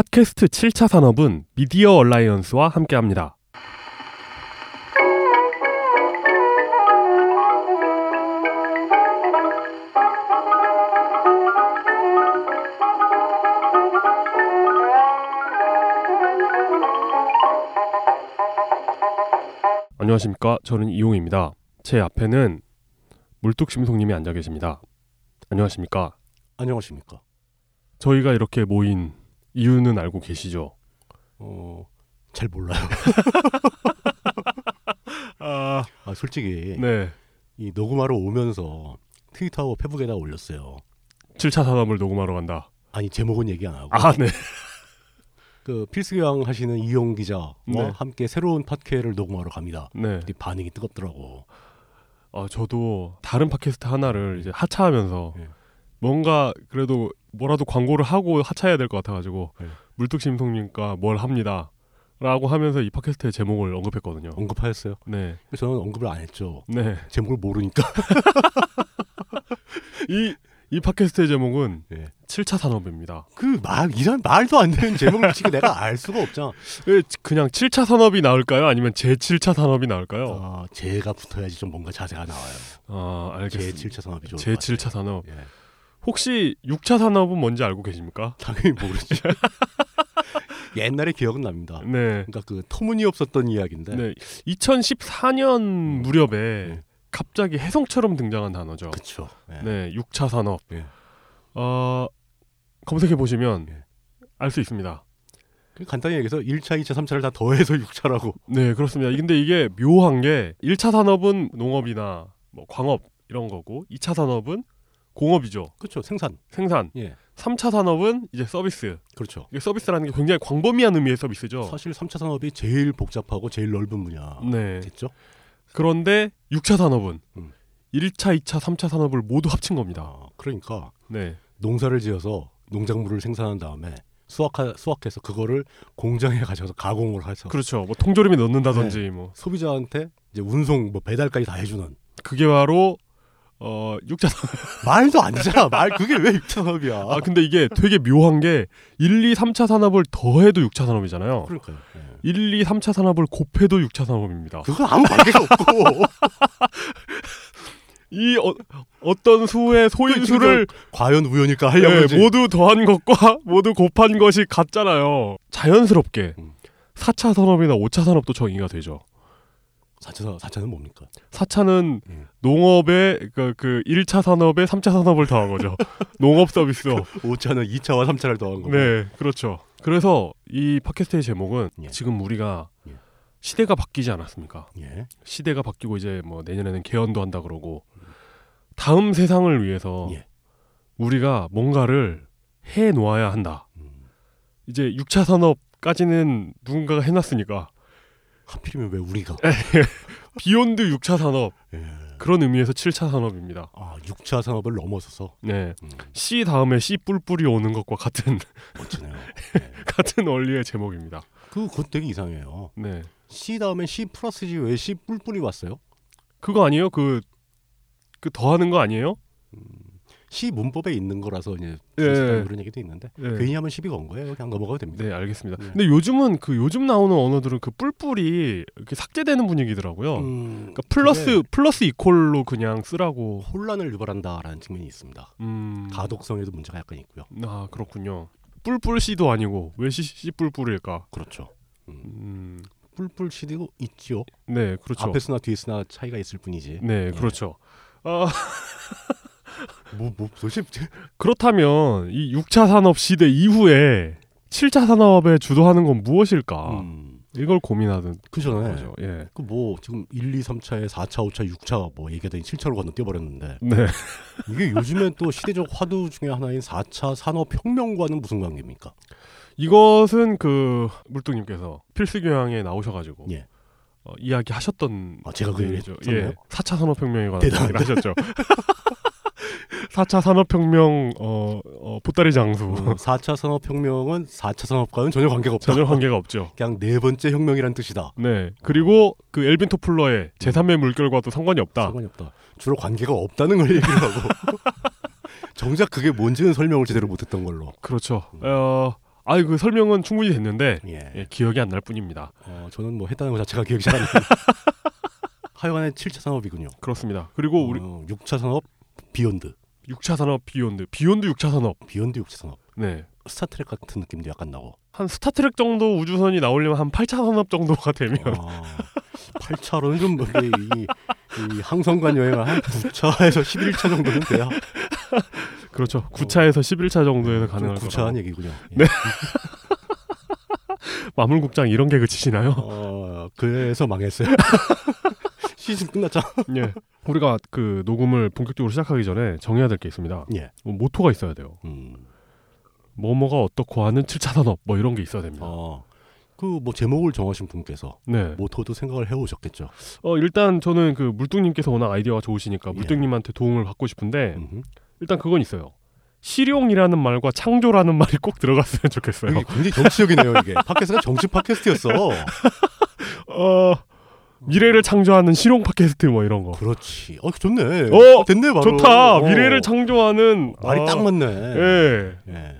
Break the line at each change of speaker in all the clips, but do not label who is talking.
팟캐스트 7차 산업은 미디어 얼라이언스와 함께합니다. 안녕하십니까. 저는 이용입니다. 제 앞에는 물뚝심송님이 앉아 계십니다. 안녕하십니까.
안녕하십니까.
저희가 이렇게 모인 이유는 알고 계시죠?
어, 잘 몰라요.
아,
아, 솔직히
네.
이 녹음하러 오면서 트위터하고 페북에다 올렸어요.
7차 산업을 녹음하러 간다.
아니 제목은 얘기 안 하고
아, 네.
그 필수경 하시는 이용 기자와
네.
함께 새로운 팟캐를 녹음하러 갑니다.
네.
근데 반응이 뜨겁더라고.
아, 저도 다른 팟캐스트 하나를 이제 하차하면서
네.
뭔가 그래도 뭐라도 광고를 하고 하차해야 될 것 같아가지고
네.
물뚝심송님과 뭘 합니다. 라고 하면서 이 팟캐스트의 제목을 언급했거든요.
언급하였어요.
네.
저는 언급을 안 했죠.
네.
제목을 모르니까.
이, 이 팟캐스트의 제목은
네.
7차 산업입니다.
그 말 이런 말도 안 되는 제목을 치게 내가 알 수가 없잖아.
왜 그냥 7차 산업이 나올까요? 아니면 제7차 산업이 나올까요?
아, 제가 붙어야지 좀 뭔가 자세가 나와요.
아,
제
알겠습니다.
7차 산업이 좋을 것
제7차 산업.
같아요. 예.
혹시 6차 산업은 뭔지 알고 계십니까?
당연히 모르죠. 옛날에 기억은 납니다.
네.
그러니까 그 터무니없었던 이야기인데
네. 2014년 무렵에
네.
갑자기 해성처럼 등장한 단어죠.
그쵸 예.
네. 6차 산업.
예.
어, 검색해 보시면
예.
알 수 있습니다.
그 간단히 얘기해서 1차, 2차, 3차를 다 더해서 6차라고
네, 그렇습니다. 근데 이게 묘한 게 1차 산업은 농업이나 뭐 광업 이런 거고 2차 산업은 공업이죠.
그렇죠 생산
생산.
예
3차 산업은 이제 서비스.
그렇죠
이게 서비스라는 게 굉장히 광범위한 의미의 서비스죠.
사실 3차 산업이 제일 복잡하고 제일 넓은 분야겠죠
네. 그런데 6차 산업은
아, 음.
1차, 2차, 3차 산업을 모두 합친 겁니다.
아, 그러니까
네.
농사를 지어서 농작물을 생산한 다음에 수확하, 수확해서 그거를 공장에 가져서 가공을 해서
그렇죠. 뭐 통조림에 넣는다든지
네.
뭐
소비자한테 이제 운송 뭐 배달까지 다 해주는
그게 바로 어 6차 산업.
말도 안 되잖아 말 그게 왜 6차 산업이야
아 근데 이게 되게 묘한 게 1, 2, 3차 산업을 더해도 6차 산업이잖아요.
그러니까요 예.
1, 2, 3차 산업을 곱해도 6차 산업입니다.
그건 아무 관계가 없고
이 어, 어떤 수의
그
소인수를
과연 우연일까
예,
하려고 이제
모두 더한 것과 모두 곱한 것이 같잖아요. 자연스럽게
음.
4차 산업이나 5차 산업도 정의가 되죠.
4차, 4차는 뭡니까?
4차는
음.
농업의 그, 그 1차 산업에 3차 산업을 더한 거죠. 농업 서비스업.
5차는 2차와 3차를 더한 거고
네, 그렇죠. 그래서 이 팟캐스트의 제목은
예.
지금 우리가
예.
시대가 바뀌지 않았습니까?
예.
시대가 바뀌고 이제 뭐 내년에는 개헌도 한다 그러고 다음 세상을 위해서
예.
우리가 뭔가를 해 놓아야 한다.
음,
이제 6차 산업까지는 누군가가 해놨으니까
하필이면 왜 우리가
비욘드 6차 산업
예.
그런 의미에서 7차 산업입니다.
아, 6차 산업을 넘어서서
네,
음,
C 다음에 C 뿔뿔이 오는 것과 같은
멋지네요. 예.
같은 원리의 제목입니다.
그 그것 되게 이상해요.
네,
C 다음에 C 플러스지 왜 C 뿔뿔이 왔어요?
그거 아니에요? 그 그 더하는 거 아니에요?
C 문법에 있는 거라서 이제
예.
비슷한 그런 얘기도 있는데
네.
괜히 하면 10이 건 거예요. 그냥 넘어가도 됩니다.
네, 알겠습니다.
네.
근데 요즘은 그 요즘 나오는 언어들은 그 뿔뿔이 이렇게 삭제되는 분위기더라고요.
음,
그러니까 플러스
그게
플러스 이콜로 그냥 쓰라고.
혼란을 유발한다라는 측면이 있습니다.
음.
가독성에도 문제가 약간 있고요.
아, 그렇군요. 뿔뿔 씨도 아니고 왜 씨, 씨 뿔뿔일까?
그렇죠. 음,
음.
뿔뿔 C도 있지요.
네, 그렇죠.
앞에 쓰나 뒤에 쓰나 차이가 있을 뿐이지.
네, 그렇죠. 아,
뭐, 뭐 도대체
그렇다면 이 6차 산업 시대 이후에 7차 산업에 주도하는 건 무엇일까?
음,
이걸 고민하는
그 전에
거죠. 예.
그 뭐 지금 1, 2, 3차에 4차, 5차, 6차 뭐 얘기하더니 7차로 건너뛰어 버렸는데
네.
이게 요즘에 또 시대적 화두 중에 하나인 4차 산업 혁명과는 무슨 관계입니까?
이것은 그 물뚱님께서 필수 교양에 나오셔가지고
예.
어, 이야기하셨던
아, 제가 그 얘기를
내용이죠. 예.
했었나요?
4차 산업혁명에 관한 얘기를
대단하다.
하셨죠. 4차 산업혁명 어, 어, 보따리 장수
어, 4차 산업 혁명은 4차 산업과는 전혀 관계가 없다.
전혀 관계가 없죠.
그냥 네 번째 혁명이란 뜻이다.
네. 그리고 그 엘빈 토플러의 제3의 물결과도 상관이 없다.
상관이 없다. 주로 관계가 없다는 걸 얘기를 하고 정작 그게 뭔지는 설명을 제대로 못했던 걸로.
그렇죠. 어, 아이 그 설명은 충분히 됐는데
예.
예, 기억이 안 날 뿐입니다.
어, 저는 뭐 했다는 것 자체가 기억이 잘 안 나요. 하여간에 7차 산업이군요.
그렇습니다. 그리고 우리
어, 6차 산업 비욘드.
6차 산업 비욘드, 비욘드 6차 산업.
비욘드 6차 산업.
네.
스타트렉 같은 느낌도 약간 나고.
한 스타트렉 정도 우주선이 나오려면 한 8차 산업 정도가 되면
어, 8차로는 좀뭐 이게 이, 이 항성간 여행을 한 9차에서 11차 정도는 돼야
그렇죠. 9차에서 11차 정도에서 가능할 거라.
좀
네.
구차한 얘기군요. 예.
마물국장 이런 개그 치시나요?
어, 그래서 망했어요. 시즌 끝났죠.
예. 우리가 그 녹음을 본격적으로 시작하기 전에 정해야 될 게 있습니다.
예.
뭐 모토가 있어야 돼요.
음.
뭐뭐가 어떻고 하는 7차 산업 뭐 이런 게 있어야 됩니다.
어. 그 뭐 제목을 정하신 분께서
네.
모토도 생각을 해오셨겠죠.
어 일단 저는 그 물뚱님께서 워낙 아이디어가 좋으시니까
예.
물뚱님한테 도움을 받고 싶은데
음흠.
일단 그건 있어요. 실용이라는 말과 창조라는 말이 꼭 들어갔으면 좋겠어요.
이게 굉장히 정치적이네요 이게. 팟캐스트가 정치 팟캐스트였어.
어 미래를 창조하는 실용 팟캐스트 뭐 이런 거.
그렇지. 어 좋네.
어,
됐네 바로.
좋다.
어.
미래를 창조하는
말이
아,
딱 맞네.
예.
예.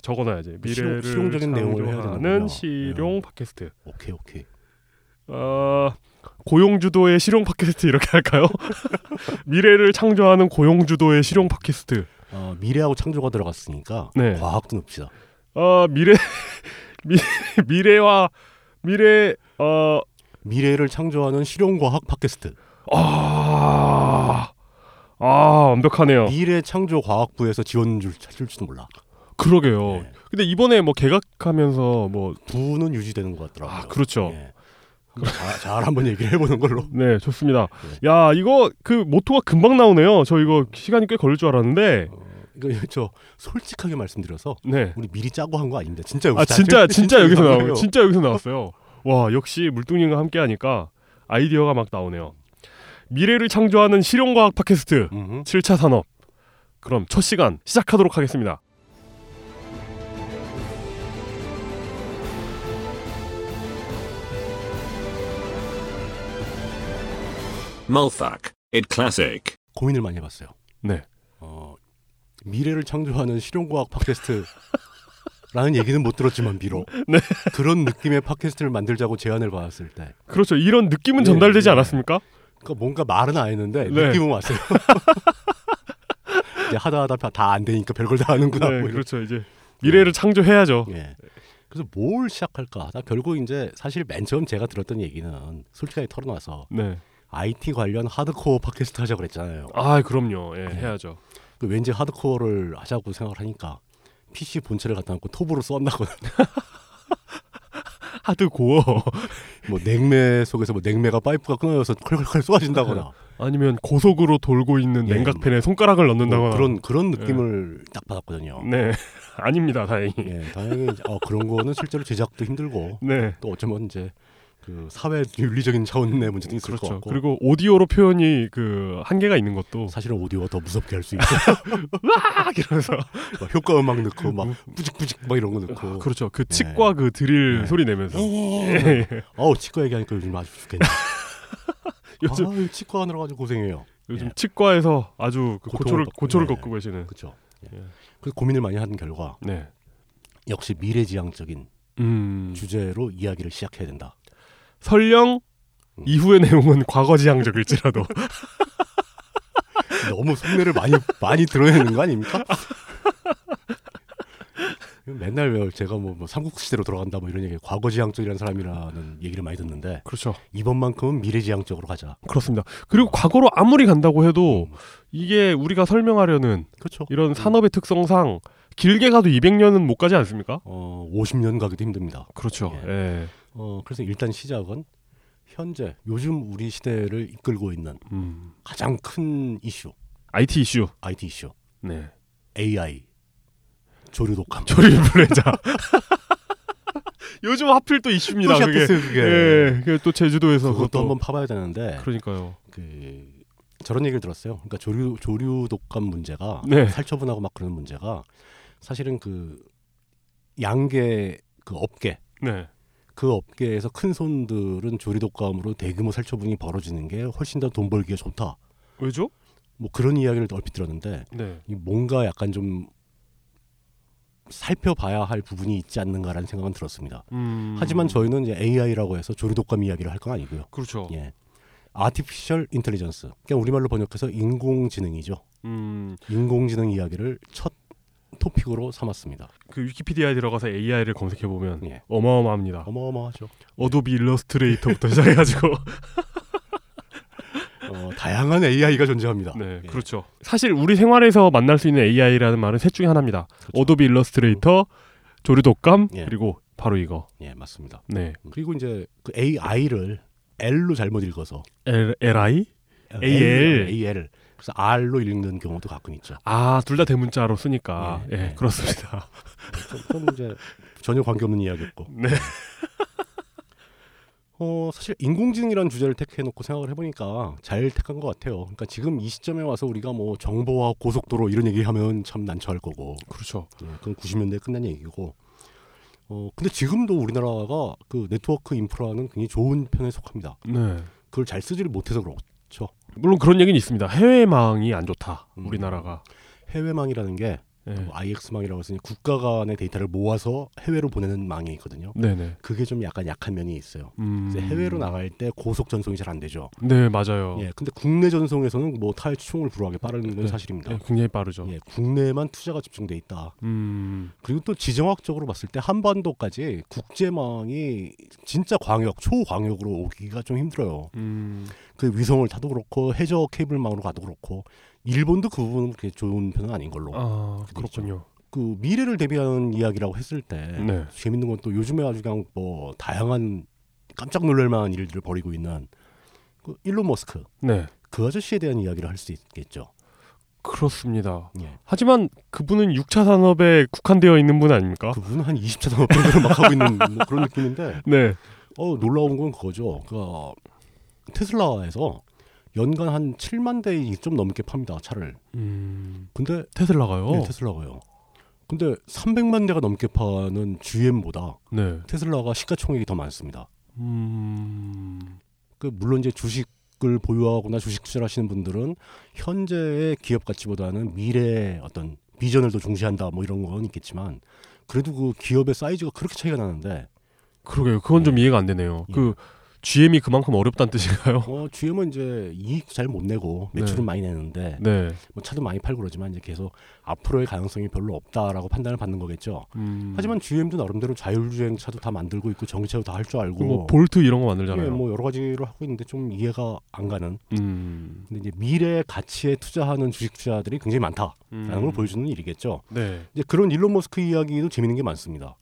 적어놔야지. 미래를
실용- 실용적인 내용을 해야
창조하는
되는군요. 네.
실용 팟캐스트.
오케이 오케이.
어, 고용주도의 실용 팟캐스트 이렇게 할까요? 미래를 창조하는 고용주도의 실용 팟캐스트.
어, 미래하고 창조가 들어갔으니까
네.
과학도 넣읍시다.
어, 미래 미, 미래와 미래 어
미래를 창조하는 실용과학 팟캐스트.
아, 아 완벽하네요.
미래 창조 과학부에서 지원 줄 찾을지도 몰라.
그러게요.
네.
근데 이번에 뭐 개각하면서 뭐
부는 유지되는 것 같더라고요.
아, 그렇죠.
예. 한번 자- 잘 한번 얘기를 해보는 걸로.
네, 좋습니다. 야, 이거 그 모토가 금방 나오네요. 저 이거 시간이 꽤 걸릴 줄 알았는데.
이거 저 솔직하게 말씀드려서
네.
우리 미리 짜고 한 거 아닙니다. 진짜 여기서
아, 진짜 진짜 여기서
나온
나오요
거예요.
진짜 여기서 나왔어요. 와, 역시 물뚱님과 함께 하니까 아이디어가 막 나오네요. 미래를 창조하는 실용과학 팟캐스트
음흠.
7차 산업. 그럼 첫 시간 시작하도록 하겠습니다.
Mulfuck, it classic.
고민을 많이 해봤어요.
네.
어, 미래를 창조하는 실용과학 팟캐스트라는 얘기는 못 들었지만 비록
네.
그런 느낌의 팟캐스트를 만들자고 제안을 받았을 때
그렇죠. 이런 느낌은
네,
전달되지
네.
않았습니까?
그러니까 뭔가 말은 안 했는데
네.
느낌은 왔어요. 이제 하다 하다 다 안 되니까 별걸 다 하는구나.
네,
뭐 이런.
그렇죠. 이제 미래를 창조해야죠.
예. 그래서 뭘 시작할까? 나 결국 이제 사실 맨 처음 제가 들었던 얘기는 솔직하게 털어놔서
네.
IT 관련 하드코어 팟캐스트 하자고 그랬잖아요.
아, 그럼요. 예, 해야죠.
그 왠지 하드코어를 하자고 생각을 하니까 PC 본체를 갖다 놓고 톱으로 썬다거나
하드고어
뭐 냉매 속에서 뭐 냉매가 파이프가 끊어져서 컬컬컬 쏘아진다거나
네, 아니면 고속으로 돌고 있는
예.
냉각팬에 손가락을
뭐
넣는다거나
그런 그런 느낌을 딱 받았거든요.
네. 아닙니다. 다행히.
예, 다행히 이제 어, 그런 거는 실제로 제작도 힘들고
네.
또 어쩌면 이제 그 사회 윤리적인 차원의 문제도 있을 것
그렇죠.
같고
그리고 오디오로 표현이 그 한계가 있는 것도
사실은 오디오가 더 무섭게 할 수 있어.
딱 이러면서
막 효과 음악 넣고 막 뿌직뿌직 막 이런 거 넣고.
그렇죠. 그 치과 그 드릴
뭐. 네.
소리 내면서
예. 어우 치과 얘기하니까 요즘 아주 죽겠네.
요즘
아, 치과 하느라 가지고 고생해요.
요즘
예.
치과에서 아주 그 고초를
고통을 겪고,
고초를
네.
겪고 계시는
그렇죠. 예.
예.
그래서 고민을 많이 한 결과
네.
역시 미래지향적인
음.
주제로 이야기를 시작해야 된다.
설령
음.
이후의 내용은 과거지향적일지라도
너무 속내를 많이 많이 드러내는 거 아닙니까? 맨날 왜 제가 뭐, 뭐 삼국시대로 돌아간다 뭐 이런 얘기 과거지향적이라는 사람이라는 얘기를 많이 듣는데
그렇죠.
이번만큼은 미래지향적으로 가자.
그렇습니다. 그리고 과거로 아무리 간다고
음.
해도 이게 우리가 설명하려는
그렇죠.
이런 산업의 특성상 길게 가도 200년은 못 가지 않습니까?
어, 50년 가기도 힘듭니다.
그렇죠.
예.
예.
어, 그래서 일단 시작은 현재 요즘 우리 시대를 이끌고 있는
음.
가장 큰 이슈,
IT 이슈.
IT 이슈,
네.
AI, 조류 독감.
조류 인플루엔자. 요즘 하필 또 이슈입니다.
또
그게.
시작됐어요, 그게.
예. 그게 또 제주도에서
그것도
그것도
한번 파봐야 되는데
그러니까요.
그 저런 얘기를 들었어요. 그러니까 조류 조류 독감 문제가
네.
살처분하고 막 그런 문제가 사실은 그 양계 그 업계
네.
그 업계에서 큰 손들은 조류 독감으로 대규모 살처분이 벌어지는 게 훨씬 더 돈 벌기가 좋다.
왜죠?
뭐 그런 이야기를 얼핏 들었는데
네.
이 뭔가 약간 좀 살펴봐야 할 부분이 있지 않는가라는 생각은 들었습니다.
음.
하지만 저희는 이제 AI라고 해서 조리독감 이야기를 할 건 아니고요.
그렇죠.
예. 아티피셜 인텔리전스. 그냥 우리말로 번역해서 인공지능이죠.
음,
인공지능 이야기를 첫 토픽으로 삼았습니다.
그 위키피디아에 들어가서 AI를 검색해 보면
예.
어마어마합니다.
어마어마하죠.
어도비 일러스트레이터부터 시작해가지고
어, 다양한 AI가 존재합니다.
네,
예.
그렇죠. 사실 우리 생활에서 만날 수 있는 AI라는 말은 셋 중에 하나입니다. 어도비 일러스트레이터, 조류독감
예.
그리고 바로 이거.
예, 맞습니다.
네,
그리고 이제 그 AI를 L로 잘못 읽어서
L, LI. AL.
AL 그래서 R로 읽는 경우도 가끔 있죠.
아, 둘 다 대문자로 쓰니까.
예,
예,
예.
그렇습니다.
그건 이제 전혀 관계없는 이야기였고.
네.
어 사실 인공지능이라는 주제를 택해놓고 생각을 해보니까 잘 택한 것 같아요. 그러니까 지금 이 시점에 와서 우리가 뭐 정보와 고속도로 이런 얘기하면 참 난처할 거고
그렇죠.
예, 그건 90년대 끝난 얘기고. 어 근데 지금도 우리나라가 그 네트워크 인프라는 굉장히 좋은 편에 속합니다.
네.
그걸 잘 쓰지를 못해서 그렇죠.
물론 그런 얘기는 있습니다. 해외망이 안 좋다.
음.
우리나라가.
해외망이라는 게
예.
뭐 IX망이라고 해서 국가 간의 데이터를 모아서 해외로 보내는 망이 있거든요.
네, 네.
그게 좀 약간 약한 면이 있어요.
음.
이제 해외로 나갈 때 고속 전송이 잘 안 되죠.
네, 맞아요.
예, 근데 국내 전송에서는 뭐 타의 추종을 불허하게 빠른 건
네.
사실입니다.
예, 굉장히 빠르죠.
예, 국내에만 투자가 집중돼 있다.
음.
그리고 또 지정학적으로 봤을 때 한반도까지 국제망이 진짜 광역, 초광역으로 오기가 좀 힘들어요.
음.
그 위성을 타도 그렇고 해저 케이블망으로 가도 그렇고 일본도 그 부분은 그렇게 좋은 편은 아닌 걸로.
아,
그게 있죠.
그렇군요.
그 미래를 대비하는 이야기라고 했을 때
네.
재밌는 건 또 요즘에 아주 그냥 뭐 다양한 깜짝 놀랄만한 일들을 벌이고 있는 그 일론 머스크
네.
그 아저씨에 대한 이야기를 할 수 있겠죠.
그렇습니다.
예.
하지만 그분은 6차 산업에 국한되어 있는 분 아닙니까?
그분은 한 20차 산업 프로그램 막 하고 있는 뭐 그런 느낌인데
네.
어 놀라운 건 그거죠. 그 어, 테슬라에서 연간 한 7만 대 좀 넘게 팝니다 차를.
음.
근데
테슬라가요?
예, 테슬라가요. 근데 300만 대가 넘게 파는 GM보다
네.
테슬라가 시가총액이 더 많습니다.
음.
그 물론 이제 주식을 보유하거나 주식 투자를 하시는 분들은 현재의 기업 가치보다는 미래의 어떤 비전을 더 중시한다 뭐 이런 건 있겠지만 그래도 그 기업의 사이즈가 그렇게 차이가 나는데
그러게요. 그건 좀 이해가 안 되네요.
예.
그 GM이 그만큼 어렵다는 뜻인가요?
어 GM은 이제 이익 잘 못 내고 매출은
네.
많이 내는데
네.
뭐 차도 많이 팔고 그러지만 이제 계속 앞으로의 가능성이 별로 없다라고 판단을 받는 거겠죠.
음.
하지만 GM도 나름대로 자율주행 차도 다 만들고 있고 전기차도 다 할 줄 알고
뭐 볼트 이런 거 만들잖아요.
예, 뭐 여러 가지로 하고 있는데 좀 이해가 안 가는
음.
근데 이제 미래 가치에 투자하는 주식 투자들이 굉장히 많다. 라는
음.
걸 보여주는 일이겠죠.
네.
이제 그런 일론 머스크 이야기도 재밌는 게 많습니다.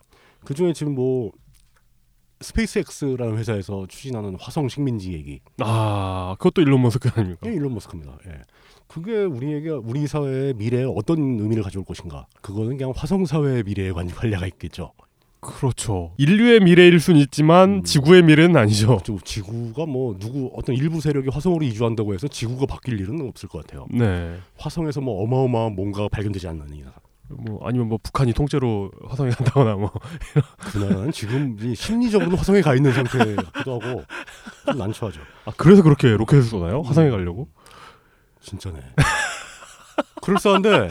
그 중에 지금 뭐 스페이스X라는 회사에서 추진하는 화성 식민지 얘기,
아, 그것도 일론 머스크 아닙니까?
이게 일론 머스크입니다. 예. 그게 우리에게 우리 사회의 미래에 어떤 의미를 가져올 것인가? 그거는 그냥 화성 사회의 미래에 관- 관련이 있겠죠.
그렇죠. 인류의 미래일 순 있지만
음. 그렇죠.
지구의 미래는 아니죠.
좀 지구가 뭐 누구 어떤 일부 세력이 화성으로 이주한다고 해서 지구가 바뀔 일은 없을 것 같아요.
네.
화성에서 뭐 어마어마한 뭔가가 발견되지 않는 이상.
뭐 아니면 뭐 북한이 통째로 화성에 간다거나 뭐
그나라는 지금 이 심리적으로는 화성에 가 있는 상태 같기도 하고 좀 난처하죠.
아, 그래서 그렇게 로켓을 쏘나요?
음.
화성에 가려고?
진짜네. 그럴싸한데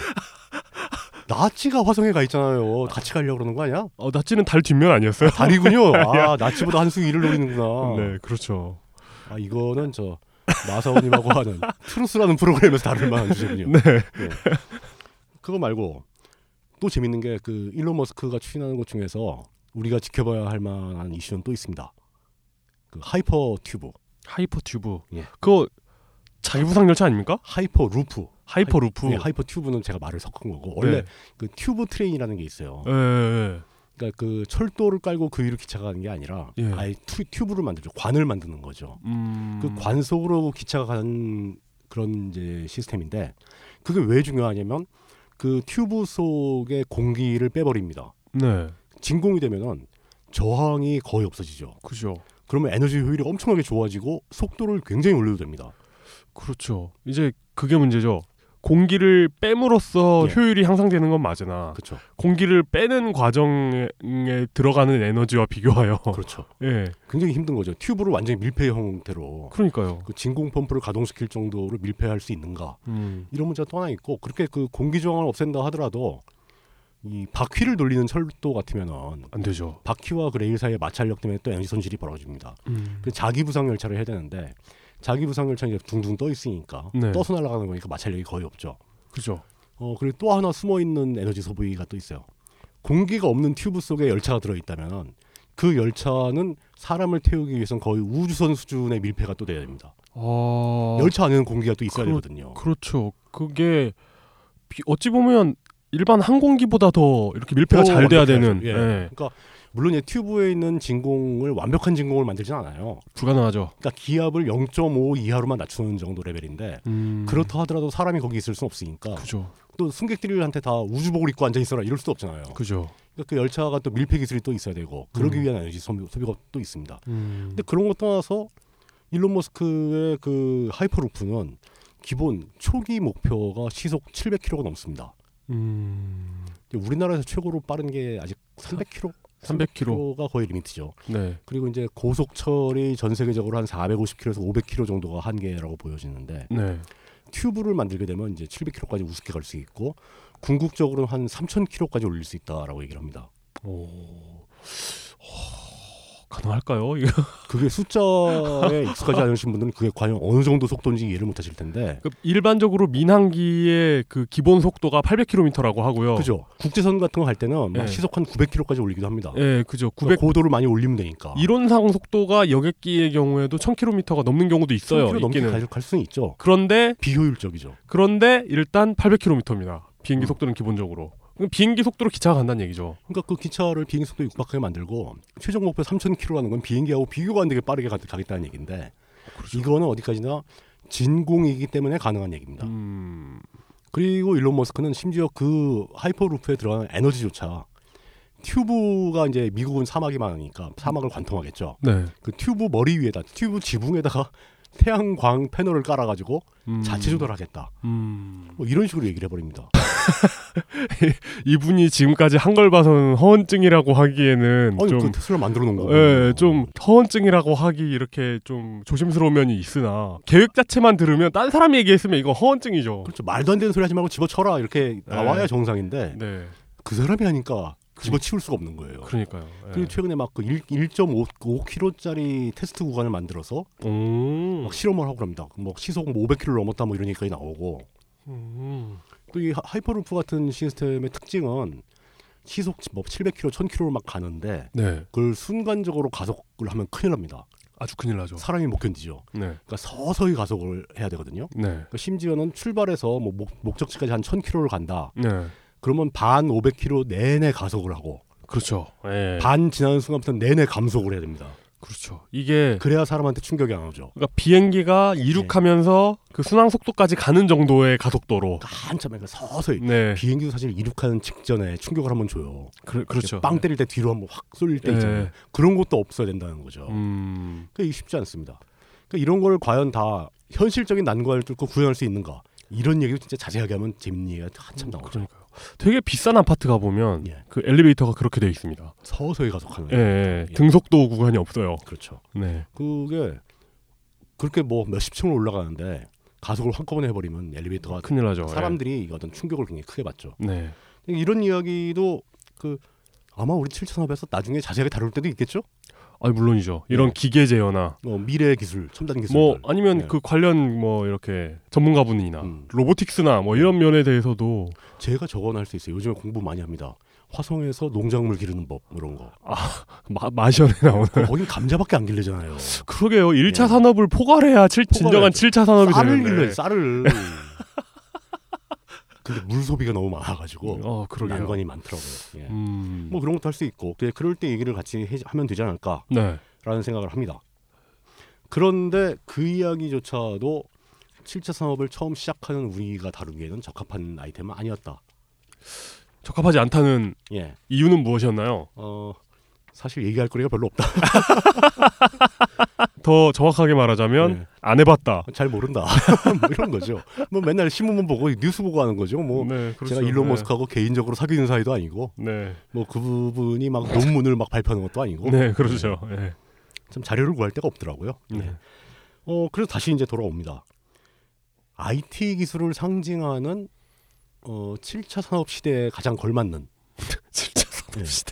나치가 화성에 가 있잖아요. 같이 가려고 그러는 거 아니야?
어, 나치는 달 뒷면 아니었어요?
다리군요. 아 나치보다 한 수 위를 노리는구나.
네, 그렇죠.
아 이거는 저 마사오님하고 하는 트루스라는 프로그램에서 다룰 만한 주제군요.
네.
예. 그거 말고 또 재밌는 게 그 일론 머스크가 추진하는 것 중에서 우리가 지켜봐야 할 만한 이슈는 또 있습니다. 그 하이퍼 튜브,
하이퍼 튜브.
예.
그거 자기 부상 열차 아닙니까?
하이퍼 루프.
하이퍼 루프.
네, 하이퍼 튜브는 제가 말을 섞은 거고 원래 그 튜브 트레인이라는 게 있어요.
네. 예,
그러니까 그 철도를 깔고 그 위로 기차가 가는 게 아니라
예.
아예 튜, 튜브를 만들죠. 관을 만드는 거죠.
음.
그 관 속으로 기차가 가는 그런 이제 시스템인데 그게 왜 중요하냐면 그 튜브 속의 공기를 빼버립니다.
네.
진공이 되면은 저항이 거의 없어지죠.
그죠.
그러면 에너지 효율이 엄청나게 좋아지고 속도를 굉장히 올려도 됩니다.
그렇죠. 이제 그게 문제죠. 공기를 빼므로써
예.
효율이 향상되는 건 맞으나
그렇죠.
공기를 빼는 과정에 들어가는 에너지와 비교하여
그렇죠.
예
굉장히 힘든 거죠. 튜브를 완전히 밀폐 형태로
그러니까요
그 진공 펌프를 가동시킬 정도로 밀폐할 수 있는가
음.
이런 문제가 또 하나 있고 그렇게 그 공기 저항을 없앤다 하더라도 이 바퀴를 돌리는 철도 같으면은
안 되죠.
바퀴와 그 레일 사이의 마찰력 때문에 또 에너지 손실이 벌어집니다.
음.
그 자기 부상 열차를 해야 되는데 자기 부상 열차는 이제 둥둥 떠 있으니까
네.
떠서 날아가는 거니까 마찰력이 거의 없죠.
그죠.
어 그리고 또 하나 숨어 있는 에너지 소비가 또 있어요. 공기가 없는 튜브 속에 열차가 들어 있다면 그 열차는 사람을 태우기 위해선 거의 우주선 수준의 밀폐가 또 돼야 됩니다.
어...
열차 안에는 공기가 또 있어야
그렇-
되거든요.
그렇죠. 그게 비- 어찌 보면 일반 항공기보다 더 이렇게 밀폐가
더
잘 돼야 되는
완벽해야죠.
예.
그러니까 물론 이 튜브에 있는 진공을 완벽한 진공을 만들진 않아요.
불가능하죠.
그러니까 기압을 0.5 이하로만 낮추는 정도 레벨인데
음...
그렇다 하더라도 사람이 거기 있을 수 없으니까
그죠.
또 승객들한테 다 우주복을 입고 앉아 있어라 이럴 수도 없잖아요.
그죠.
그러니까 그 열차가 또 밀폐 기술이 또 있어야 되고 그러기
음.
위한 에너지 소비, 소비가 또 있습니다.
음...
근데 그런 것 떠나서 일론 머스크의 그 하이퍼루프는 기본 초기 목표가 시속 700km가 넘습니다.
음...
근데 우리나라에서 최고로 빠른 게 아직 300km,
300km.
가 거의 리미트죠.
네.
그리고 이제 고속철이 전 세계적으로 한 450km에서 500km 정도가 한계라고 보여지는데
네.
튜브를 만들게 되면 이제 700km까지 우습게 갈 수 있고 궁극적으로는 한 3,000km까지 올릴 수 있다라고 얘기를 합니다.
오. 허, 가능할까요? 이거
그게 숫자에 익숙하지 않으신 분들은 그게 과연 어느 정도 속도인지 이해를 못하실 텐데
그 일반적으로 민항기의 그 기본 속도가 800km라고 하고요.
그죠? 국제선 같은 거 갈 때는 막
예.
시속 한 900km까지 올리기도 합니다.
예, 그죠. 900
그러니까 고도를 많이 올리면 되니까.
이론상 속도가 여객기의 경우에도 1000km가 넘는 경우도 있어요.
1000km 넘게
있기는.
갈, 갈 수는 있죠.
그런데
비효율적이죠.
그런데 일단 800km입니다. 비행기
음.
속도는 기본적으로. 그럼 비행기 속도로 기차가 간다는 얘기죠.
그러니까 그 기차를 비행기 속도 육박하게 만들고 최종 목표 3,000km라는 건 비행기하고 비교가 안 되게 빠르게 가, 가겠다는 얘기인데
그렇죠.
이거는 어디까지나 진공이기 때문에 가능한 얘기입니다.
음.
그리고 일론 머스크는 심지어 그 하이퍼루프에 들어가는 에너지조차 튜브가 이제 미국은 사막이 많으니까 사막을 관통하겠죠.
네.
그 튜브 머리 위에다 튜브 지붕에다가 태양광 패널을 깔아가지고
음.
자체 조달하겠다.
음.
뭐 이런 식으로 얘기를 해버립니다.
이분이 지금까지 한 걸 봐서는 허언증이라고 하기에는
아니
좀
그 테슬라 만들어 놓은 거고.
예, 좀 허언증이라고 하기 이렇게 좀 조심스러운 면이 있으나 계획 자체만 들으면 딴 사람이 얘기했으면 이거 허언증이죠.
그렇죠. 말도 안 되는 소리 하지 말고 집어쳐라 이렇게 나와야
네.
정상인데
네,
그 사람이 하니까 집어치울 수가 없는 거예요.
그러니까. 그러니까요.
그리고 최근에 막 그 1.5km짜리 테스트 구간을 만들어서
예. 음.
막 실험을 하고 그럽니다. 뭐 시속 500km 넘었다 뭐 이런 얘기까지 나오고
음.
또 이 하이퍼루프 같은 시스템의 특징은 시속 뭐 700km, 1000km로 막 가는데
네,
그걸 순간적으로 가속을 하면 큰일 납니다.
아주 큰일 나죠.
사람이 못 견디죠.
네,
그러니까 서서히 가속을 해야 되거든요.
네,
그러니까 심지어는 출발해서 뭐 목, 적지까지한 1000km를 간다.
네,
그러면 반 500km 내내 가속을 하고
그렇죠. 예,
반 지나는 순간부터 내내 감속을 해야 됩니다.
그렇죠. 이게
그래야 사람한테 충격이 안 오죠.
그러니까 비행기가 이륙하면서 그 순항 속도까지 가는 정도의 가속도로.
그러니까 한참 그러니까 서서히
네,
비행기도 사실 이륙하는 직전에 충격을 한번 줘요.
그,
이렇게
그렇죠.
빵 때릴 때 뒤로 한번 확 쏠릴 때
예.
있잖아요. 그런 것도 없어야 된다는 거죠.
음,
그러니까 이게 쉽지 않습니다. 그러니까 이런 걸 과연 다 현실적인 난관을 뚫고 구현할 수 있는가? 이런 얘기도 진짜 자세하게 하면 재밌는 얘기가 한참 나오죠.
음, 그러니까요. 되게 비싼 아파트 가 보면
예.
그 엘리베이터가 그렇게 되어 있습니다.
서서히 가속하는.
예,
거.
예, 등속도 구간이 없어요.
그렇죠.
네.
그게 그렇게 뭐 몇십 층을 올라가는데 가속을 한꺼번에 해버리면 엘리베이터가
큰일 나죠. 네.
사람들이 어떤 충격을 굉장히 크게 받죠.
예. 네.
이런 이야기도 그 아마 우리 7천업에서 나중에 자세하게 다룰 때도 있겠죠.
아, 물론이죠. 이런
네.
기계 제어나
어, 미래 기술, 첨단 기술.
뭐 아니면
예.
그 관련 뭐 이렇게 전문가분이나
음. 네.
로보틱스나 뭐 이런 면에 대해서도
제가 저건 할 수 있어요. 요즘에 공부 많이 합니다. 화성에서 농작물 기르는 법 이런 거.
마, 마션에 나오는
거긴 감자밖에 안 길르잖아요.
그러게요. 1차
예.
산업을 포괄해야 칠, 진정한
포괄해야죠.
7차 산업이
쌀을
되는데.
길러요. 쌀을. 근데 물 소비가 너무 많아가지고
어, 그러게요.
난관이 많더라고요. 예.
음.
뭐 그런 것도 할 수 있고 그래, 그럴 때 얘기를 같이 해- 하면 되지 않을까라는
네.
생각을 합니다. 그런데 그 이야기조차도 7차 산업을 처음 시작하는 우리가 다루기에는 적합한 아이템은 아니었다.
적합하지 않다는
예.
이유는 무엇이었나요?
어, 사실 얘기할 거리가 별로 없다.
더 정확하게 말하자면
예.
안 해봤다.
잘 모른다. 뭐 이런 거죠. 뭐 맨날 신문만 보고 뉴스 보고 하는 거죠. 뭐
네, 그렇죠.
제가 일론
네.
머스크하고 개인적으로 사귀는 사이도 아니고
네,
뭐 그분이 막 논문을 막 발표하는 것도 아니고
네, 그렇죠. 네.
참 자료를 구할 데가 없더라고요.
네.
어 그래서 다시 이제 돌아옵니다. IT 기술을 상징하는 어 7차 산업 시대에 가장 걸맞는
진짜 산업
예.
시대.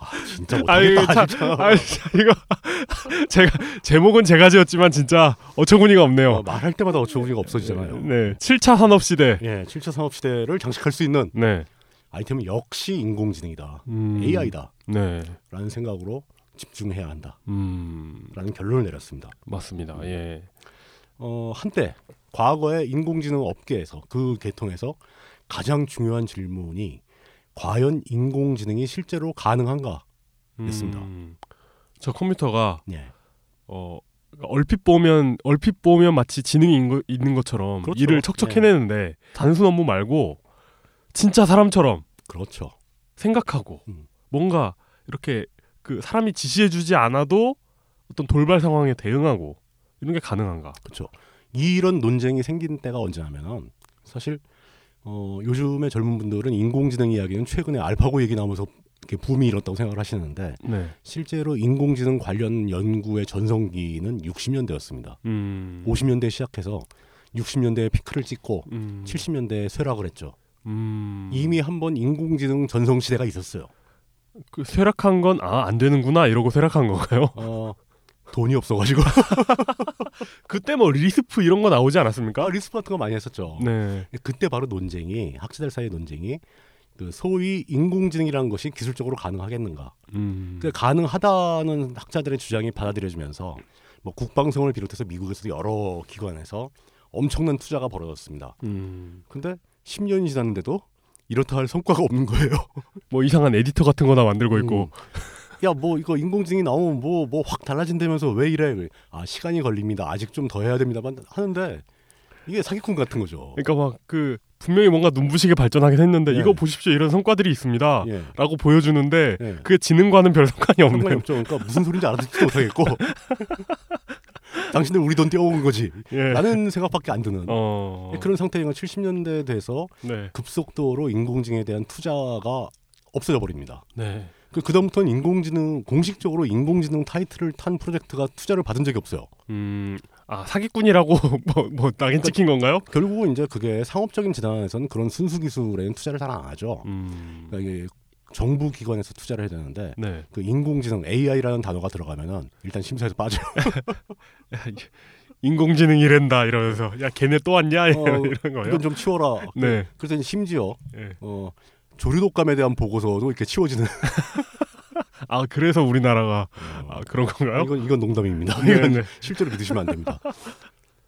아, 진짜
아유,
못하겠다
참,
진짜.
아 이거 제가 제목은 제가 지었지만 진짜 어처구니가 없네요.
어, 말할 때마다 어처구니가 없어지잖아요.
네, 7차 산업 시대.
예, 7차 산업 시대를 장식할 수 있는
네,
아이템은 역시 인공지능이다.
음,
AI다.
네,
라는 생각으로 집중해야 한다.
음,
라는 결론을 내렸습니다.
맞습니다. 예,
어, 한때 과거의 인공지능 업계에서 그 계통에서 가장 중요한 질문이 과연 인공지능이 실제로 가능한가? 있습니다.
음, 저 컴퓨터가
예.
어 얼핏 보면 얼핏 보면 마치 지능이 있는 거- 있는 것처럼
그렇죠.
일을 척척 해내는데 단순 업무 말고 진짜 사람처럼
그렇죠.
생각하고
음.
뭔가 이렇게 그 사람이 지시해주지 않아도 어떤 돌발 상황에 대응하고 이런 게 가능한가?
그렇죠. 이런 논쟁이 생긴 때가 언제냐면은 사실 어, 요즘의 젊은 분들은 인공지능 이야기는 최근에 알파고 얘기 나오면서 이렇게 붐이 일었다고 생각을 하시는데
네.
실제로 인공지능 관련 연구의 전성기는 60년대였습니다.
음.
50년대 시작해서 60년대에 피크를 찍고
음.
70년대에 쇠락을 했죠.
음.
이미 한번 인공지능 전성 시대가 있었어요.
그 쇠락한 건 아 안 되는구나 이러고 쇠락한 건가요?
어, 돈이 없어가지고
그때 뭐 리스프 이런 거 나오지 않았습니까?
아, 리스크 같은 거 많이 했었죠.
네.
그때 바로 논쟁이 학자들 사이의 논쟁이 그 소위 인공지능이라는 것이 기술적으로 가능하겠는가?
음.
그 가능하다는 학자들의 주장이 받아들여지면서 뭐 국방성을 비롯해서 미국에서도 여러 기관에서 엄청난 투자가 벌어졌습니다.
음.
근데 10년이 지났는데도 이렇다 할 성과가 없는 거예요.
뭐 이상한 에디터 같은 거나 만들고 있고.
야 뭐 이거 인공지능이 나오면 뭐 뭐 확 달라진다면서 왜 이래? 아 시간이 걸립니다. 아직 좀 더 해야 됩니다. 만 하는데 이게 사기꾼 같은 거죠.
그러니까 막 그 분명히 뭔가 눈부시게 발전하긴 했는데
예.
이거 보십시오 이런 성과들이 있습니다.
예.
라고 보여주는데
예.
그게 지능과는 별 네. 상관이
상관이
없는
없죠. 그러니까 무슨 소린지 알아듣지도 못하겠고 당신들 우리 돈 떼어온 거지.
예.
라는 생각밖에 안 드는 예,
어.
그런 상태인 건 70년대에 대해서
네.
급속도로 인공지능에 대한 투자가 없어져 버립니다.
네.
그 그다음부터는 인공지능 공식적으로 인공지능 타이틀을 탄 프로젝트가 투자를 받은 적이 없어요.
음. 아, 사기꾼이라고 뭐, 뭐 낙인 찍힌 건가요?
결국은 이제 그게 상업적인 재단에서는 그런 순수 기술에는 투자를 잘 안 하죠.
음.
그러니까 이게 정부 기관에서 투자를 해야 되는데
네.
그 인공지능 AI라는 단어가 들어가면은 일단 심사에서 빠져요.
인공지능 이랜다 이러면서 야 걔네 또 왔냐 이런,
어,
이런 거예요.
이건 좀 치워라.
네.
그래서 이제 심지어
예.
어, 조류독감에 대한 보고서도 이렇게 치워지는
아 그래서 우리나라가 아, 그런 건가요?
이건 이건 농담입니다.
네,
이건
네.
실제로 믿으시면 안 됩니다.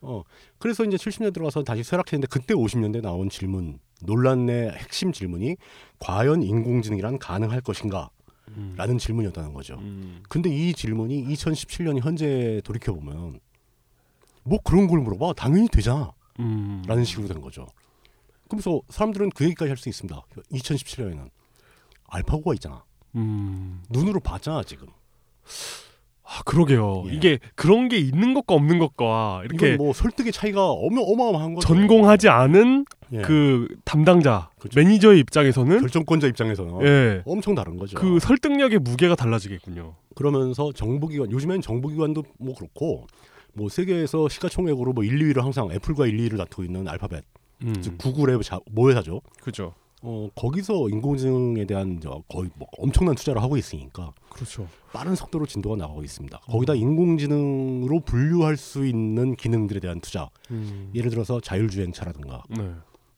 어, 그래서 이제 70년대 들어와서 다시 쇠락했는데 그때 50년대 나온 질문 논란의 핵심 질문이 과연 인공지능이란 가능할 것인가라는
음.
질문이었다는 거죠.
음.
근데 이 질문이 2017년 현재 돌이켜 보면 뭐 그런 걸 물어봐 당연히 되잖아라는
음.
식으로 된 거죠. 그래서 사람들은 그 얘기까지 할 수 있습니다. 2017년에는 알파고가 있잖아.
음.
눈으로 봤잖아 지금.
아 그러게요.
예.
이게 그런 게 있는 것과 없는 것과 이렇게
이건 뭐 설득의 차이가 어마 어마어마한 거죠.
전공하지 않은
예.
그 담당자
그렇죠.
매니저의 입장에서는
결정권자 어. 입장에서는
예.
엄청 다른 거죠.
그 설득력의 무게가 달라지겠군요.
그러면서 정보기관 요즘엔 정보기관도 뭐 그렇고 뭐 세계에서 시가총액으로 뭐 1, 2위를 항상 애플과 1, 2위를 다투고 있는 알파벳,
음.
즉 구글의 자, 모회사죠.
그죠.
어, 거기서 인공지능에 대한 이제 거의 뭐 엄청난 투자를 하고 있으니까
그렇죠.
빠른 속도로 진도가 나가고 있습니다.
음.
거기다 인공지능으로 분류할 수 있는 기능들에 대한 투자,
음.
예를 들어서 자율주행차라든가
네.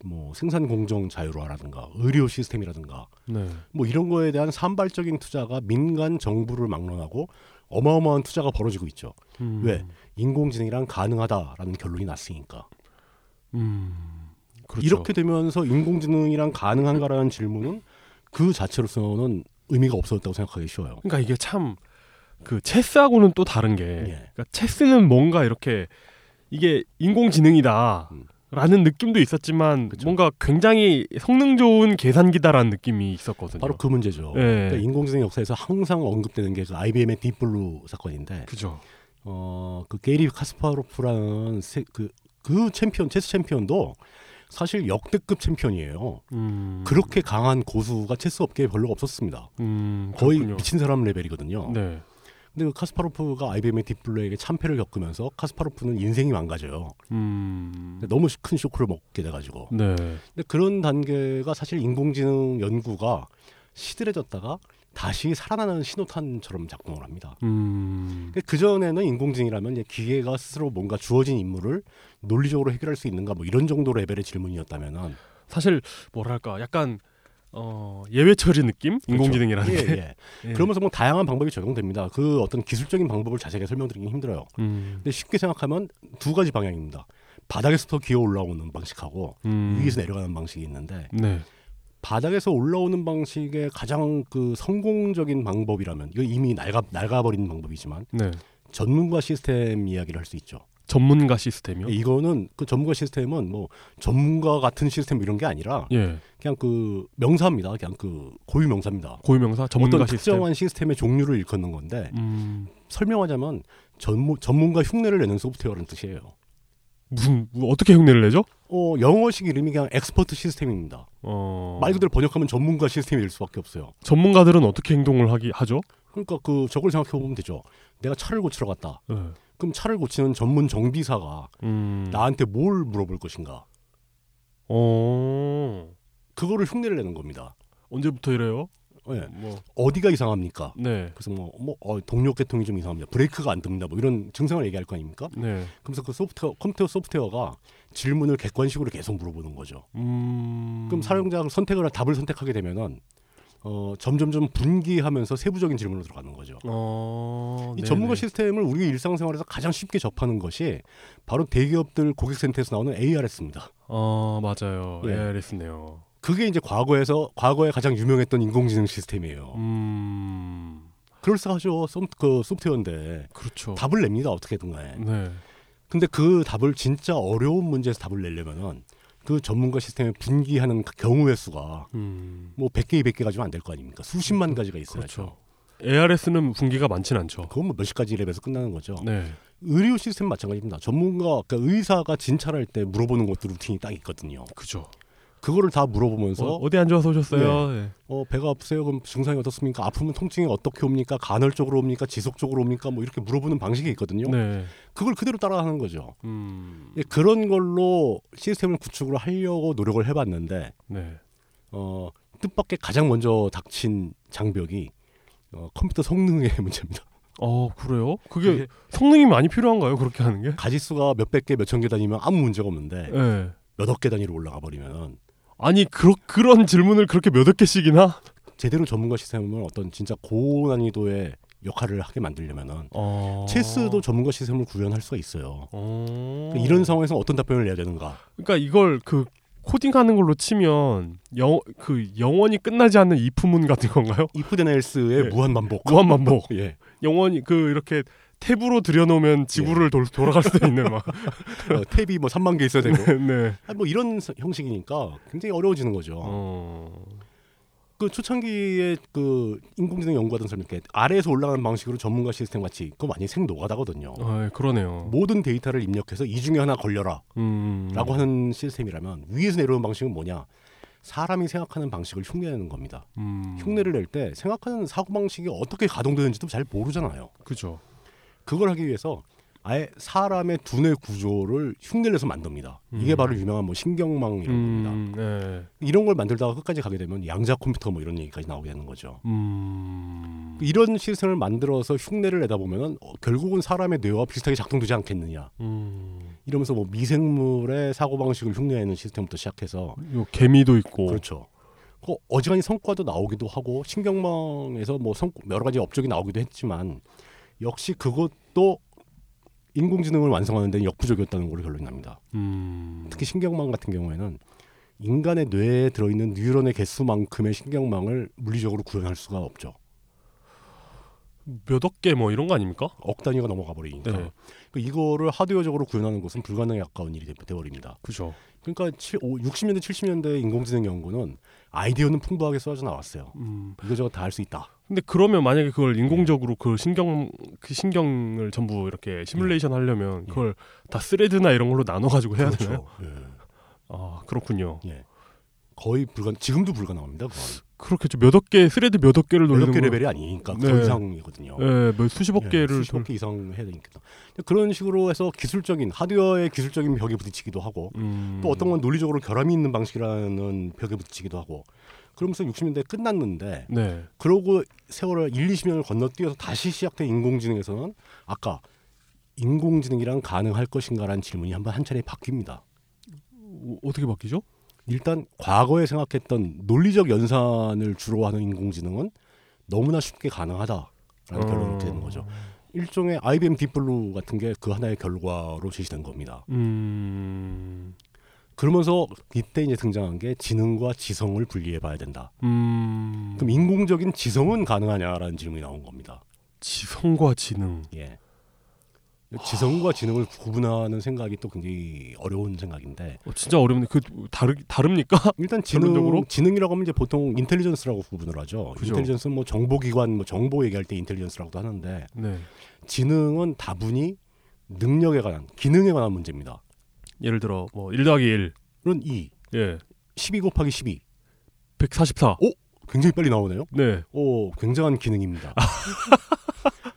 뭐 생산 공정 자율화라든가 의료 시스템이라든가
네.
뭐 이런 거에 대한 산발적인 투자가 민간 정부를 막론하고 어마어마한 투자가 벌어지고 있죠.
음.
왜 인공지능이란 가능하다라는 결론이 났으니까
음. 그렇죠.
이렇게 되면서 인공지능이란 가능한가라는 질문은 그 자체로서는 의미가 없어졌다고 생각하기 쉬워요.
그러니까 이게 참 그 체스하고는 또 다른 게
예.
그러니까 체스는 뭔가 이렇게 이게 인공지능이다.
음.
라는 느낌도 있었지만
그쵸.
뭔가 굉장히 성능 좋은 계산기다라는 느낌이 있었거든요.
바로 그 문제죠.
예.
그러니까 인공지능 역사에서 항상 언급되는 게 그 IBM의 딥블루 사건인데
그죠.
어, 그 게리 카스파로프라는 세- 그, 그 챔피언 체스 챔피언도 사실 역대급 챔피언이에요.
음.
그렇게 강한 고수가 체스 업계에 별로 없었습니다.
음,
거의
그렇군요.
미친 사람 레벨이거든요.
네.
근데 그 카스파로프가 IBM의 딥블루에게 참패를 겪으면서 카스파로프는 인생이 망가져요.
음.
근데 너무 큰 쇼크를 먹게 돼가지고.
네.
근데 그런 단계가 사실 인공지능 연구가 시들해졌다가 다시 살아나는 신호탄처럼 작동을 합니다.
음.
그 전에는 인공지능이라면 이제 기계가 스스로 뭔가 주어진 임무를 논리적으로 해결할 수 있는가 뭐 이런 정도 레벨의 질문이었다면은
사실 뭐랄까 약간 어, 예외 처리 느낌? 인공지능이라는
예,
게.
예. 그러면서 뭐 다양한 방법이 적용됩니다. 그 어떤 기술적인 방법을 자세하게 설명드리긴 힘들어요.
음.
근데 쉽게 생각하면 두 가지 방향입니다. 바닥에서부터 기어 올라오는 방식하고
음.
위에서 내려가는 방식이 있는데
네.
바닥에서 올라오는 방식의 가장 그 성공적인 방법이라면 이거 이미 낡아 낡아버린 방법이지만
네.
전문가 시스템 이야기를 할 수 있죠.
전문가 시스템이요?
이거는 그 전문가 시스템은 뭐 전문가 같은 시스템 뭐 이런 게 아니라
예.
그냥 그 명사입니다. 그냥 그 고유 명사입니다.
고유명사 전문가
어떤
시스템.
특정한 시스템의 종류를 일컫는 건데
음.
설명하자면 전문 전문가 흉내를 내는 소프트웨어라는 뜻이에요.
무슨 뭐 어떻게 흉내를 내죠?
어, 영어식 이름이 그냥 엑스퍼트 시스템입니다.
어.
말 그대로 번역하면 전문가 시스템이 될 수밖에 없어요.
전문가들은 어떻게 행동을 하기 하죠?
그러니까 그 저걸 생각해 보면 되죠. 내가 차를 고치러 갔다.
예.
그럼 차를 고치는 전문 정비사가
음.
나한테 뭘 물어볼 것인가?
어.
그거를 흉내를 내는 겁니다.
언제부터 이래요?
예.
뭐.
어디가 이상합니까?
네.
그래서 뭐, 뭐 어, 동력 계통이 좀 이상합니다. 브레이크가 안 듭니다. 뭐 이런 증상을 얘기할 거 아닙니까?
네.
그래서 그 소프트웨어 컴퓨터 소프트웨어가 질문을 객관식으로 계속 물어보는 거죠.
음.
그럼 사용자가 선택을 한- 답을 선택하게 되면은 어, 점점점 분기하면서 세부적인 질문으로 들어가는 거죠.
어.
이
네네.
전문가 시스템을 우리 일상생활에서 가장 쉽게 접하는 것이 바로 대기업들 고객센터에서 나오는 ARS입니다.
어, 맞아요.
예.
예, 알겠네요.
그게 이제 과거에서 과거에 가장 유명했던 인공지능 시스템이에요.
음.
그럴싸하죠. 소, 그 소프트웨어인데
그렇죠.
답을 냅니다. 어떻게든 간에.
네.
근데 그 답을 진짜 어려운 문제에서 답을 내려면은 그 전문가 시스템에 분기하는 그 경우의 수가
음.
뭐 100개, 200개 가지고 안 될 거 아닙니까? 수십만 가지가 있어야죠.
그렇죠. ARS는 분기가 많진 않죠.
그건 뭐 몇십 가지 랩에서 끝나는 거죠.
네.
의료 시스템 마찬가지입니다. 전문가, 그러니까 의사가 진찰할 때 물어보는 것도 루틴이 딱 있거든요.
그죠.
그거를 다
어,
물어보면서
어디 안 좋아서 오셨어요? 네.
어, 배가 아프세요? 그럼 증상이 어떻습니까? 아프면 통증이 어떻게 옵니까? 간헐적으로 옵니까? 지속적으로 옵니까? 뭐 이렇게 물어보는 방식이 있거든요.
네.
그걸 그대로 따라하는 거죠.
음.
예, 그런 걸로 시스템을 구축을 하려고 노력을 해봤는데
네.
어, 뜻밖의 가장 먼저 닥친 장벽이 어, 컴퓨터 성능의 문제입니다.
어, 그래요? 그게 성능이 많이 필요한가요? 그렇게 하는 게?
가지수가 몇백 개, 몇천 개 단위면 아무 문제가 없는데
네.
몇억 개 단위로 올라가 버리면
아니, 그러, 그런 질문을 그렇게 몇억 개씩이나?
제대로 전문가 시스템을 어떤 진짜 고난이도의 역할을 하게 만들려면은
어.
체스도 전문가 시스템을 구현할 수가 있어요.
어.
그러니까 이런 상황에서 어떤 답변을 내야 되는가?
그러니까 이걸 그 코딩하는 걸로 치면 영, 그 영원히 끝나지 않는 이프문 같은 건가요?
if then else의
예.
무한 반복.
무한반복.
예.
영원히 그 이렇게 탭으로 들여놓으면
예.
지구를 돌, 돌아갈 수도 있는 막.
어, 탭이 뭐 3만 개 있어야 되고.
네.
아, 뭐 이런 서- 형식이니까 굉장히 어려워지는 거죠.
어.
그 초창기에 그 인공지능 연구하던 사람들 이렇게 아래에서 올라가는 방식으로 전문가 시스템 같이 그거 많이 생노가다거든요.
아, 예, 그러네요.
모든 데이터를 입력해서 이 중에 하나 뭐 걸려라라고
음.
하는 시스템이라면 위에서 내려오는 방식은 뭐냐? 사람이 생각하는 방식을 흉내내는 겁니다.
음.
흉내를 낼 때 생각하는 사고 방식이 어떻게 가동되는지도 잘 모르잖아요.
그죠.
그걸 하기 위해서 아예 사람의 두뇌 구조를 흉내내서 만듭니다.
음.
이게 바로 유명한 뭐 신경망 이런 겁니다.
음. 예.
이런 걸 만들다가 끝까지 가게 되면 양자 컴퓨터 뭐 이런 얘기까지 나오게 되는 거죠.
음.
이런 시스템을 만들어서 흉내를 내다 보면은 어, 결국은 사람의 뇌와 비슷하게 작동되지 않겠느냐
음.
이러면서 뭐 미생물의 사고 방식을 흉내내는 시스템부터 시작해서
요 개미도 있고.
그렇죠. 그 어지간히 성과도 나오기도 하고 신경망에서 뭐 성- 여러 가지 업적이 나오기도 했지만 역시 그것도 인공지능을 완성하는 데는 역부족이었다는 걸로 결론이 납니다.
음.
특히 신경망 같은 경우에는 인간의 뇌에 들어있는 뉴런의 개수만큼의 신경망을 물리적으로 구현할 수가 없죠.
몇억 개 뭐 이런 거 아닙니까?
억 단위가 넘어가 버리니까
네.
그 이거를 하드웨어적으로 구현하는 것은 불가능에 가까운 일이 되- 돼버립니다.
그죠.
그러니까 60년대 70년대 인공지능 연구는 아이디어는 풍부하게 쏟아져 나왔어요.
음.
이거저거 다 할 수 있다.
근데 그러면 만약에 그걸 인공적으로
네.
그 신경 그 신경을 전부 이렇게 시뮬레이션
네.
하려면 그걸
그렇죠.
다 스레드나 이런 걸로 나눠 가지고 해야 되나요?
예.
아 그렇군요.
예. 거의 불가 지금도 불가능합니다. 그건.
그렇겠죠. 몇억 개 스레드 몇억 개를
몇개
돌리는 건-
레벨이 아니니까
음.
그
네.
런 이상이거든요.
예, 몇 수십억
예,
개를
수십억 개 이상 해야 되니까 그런 식으로 해서 기술적인 하드웨어의 기술적인 벽에 부딪히기도 하고
돌- 음.
또 어떤 건 논리적으로 결함이 있는 방식이라는 벽에 부딪히기도 하고 그러면서 60년대 끝났는데
네.
그러고 세월을 1, 20년을 건너뛰어서 다시 시작된 인공지능에서는 아까 인공지능이랑 가능할 것인가라는 질문이 한번 한 차례 바뀝니다.
어, 어떻게 바뀌죠?
일단 과거에 생각했던 논리적 연산을 주로 하는 인공지능은 너무나 쉽게 가능하다라는 결론이 되는 거죠. 일종의 IBM 딥블루 같은 게 그 하나의 결과로 제시된 겁니다.
음.
그러면서 이때 이제 등장한 게 지능과 지성을 분리해 봐야 된다.
음.
그럼 인공적인 지성은 가능하냐라는 질문이 나온 겁니다.
지성과 지능.
예. 지성과 지능을 구분하는 생각이 또 굉장히 어려운 생각인데
어, 진짜 어렵네. 그 다르 다릅니까?
일단 지능
결론적으로?
지능이라고 하면 이제 보통 인텔리전스라고 구분을 하죠.
그죠.
인텔리전스는 뭐 정보기관 뭐 정보 얘기할 때 인텔리전스라고도 하는데
네.
지능은 다분히 능력에 관한 기능에 관한 문제입니다.
예를 들어 뭐1 더하기 1.
그런 2,
예.
12 곱하기 12
144.
굉장히 빨리 나오네요.
네.
오, 굉장한 기능입니다.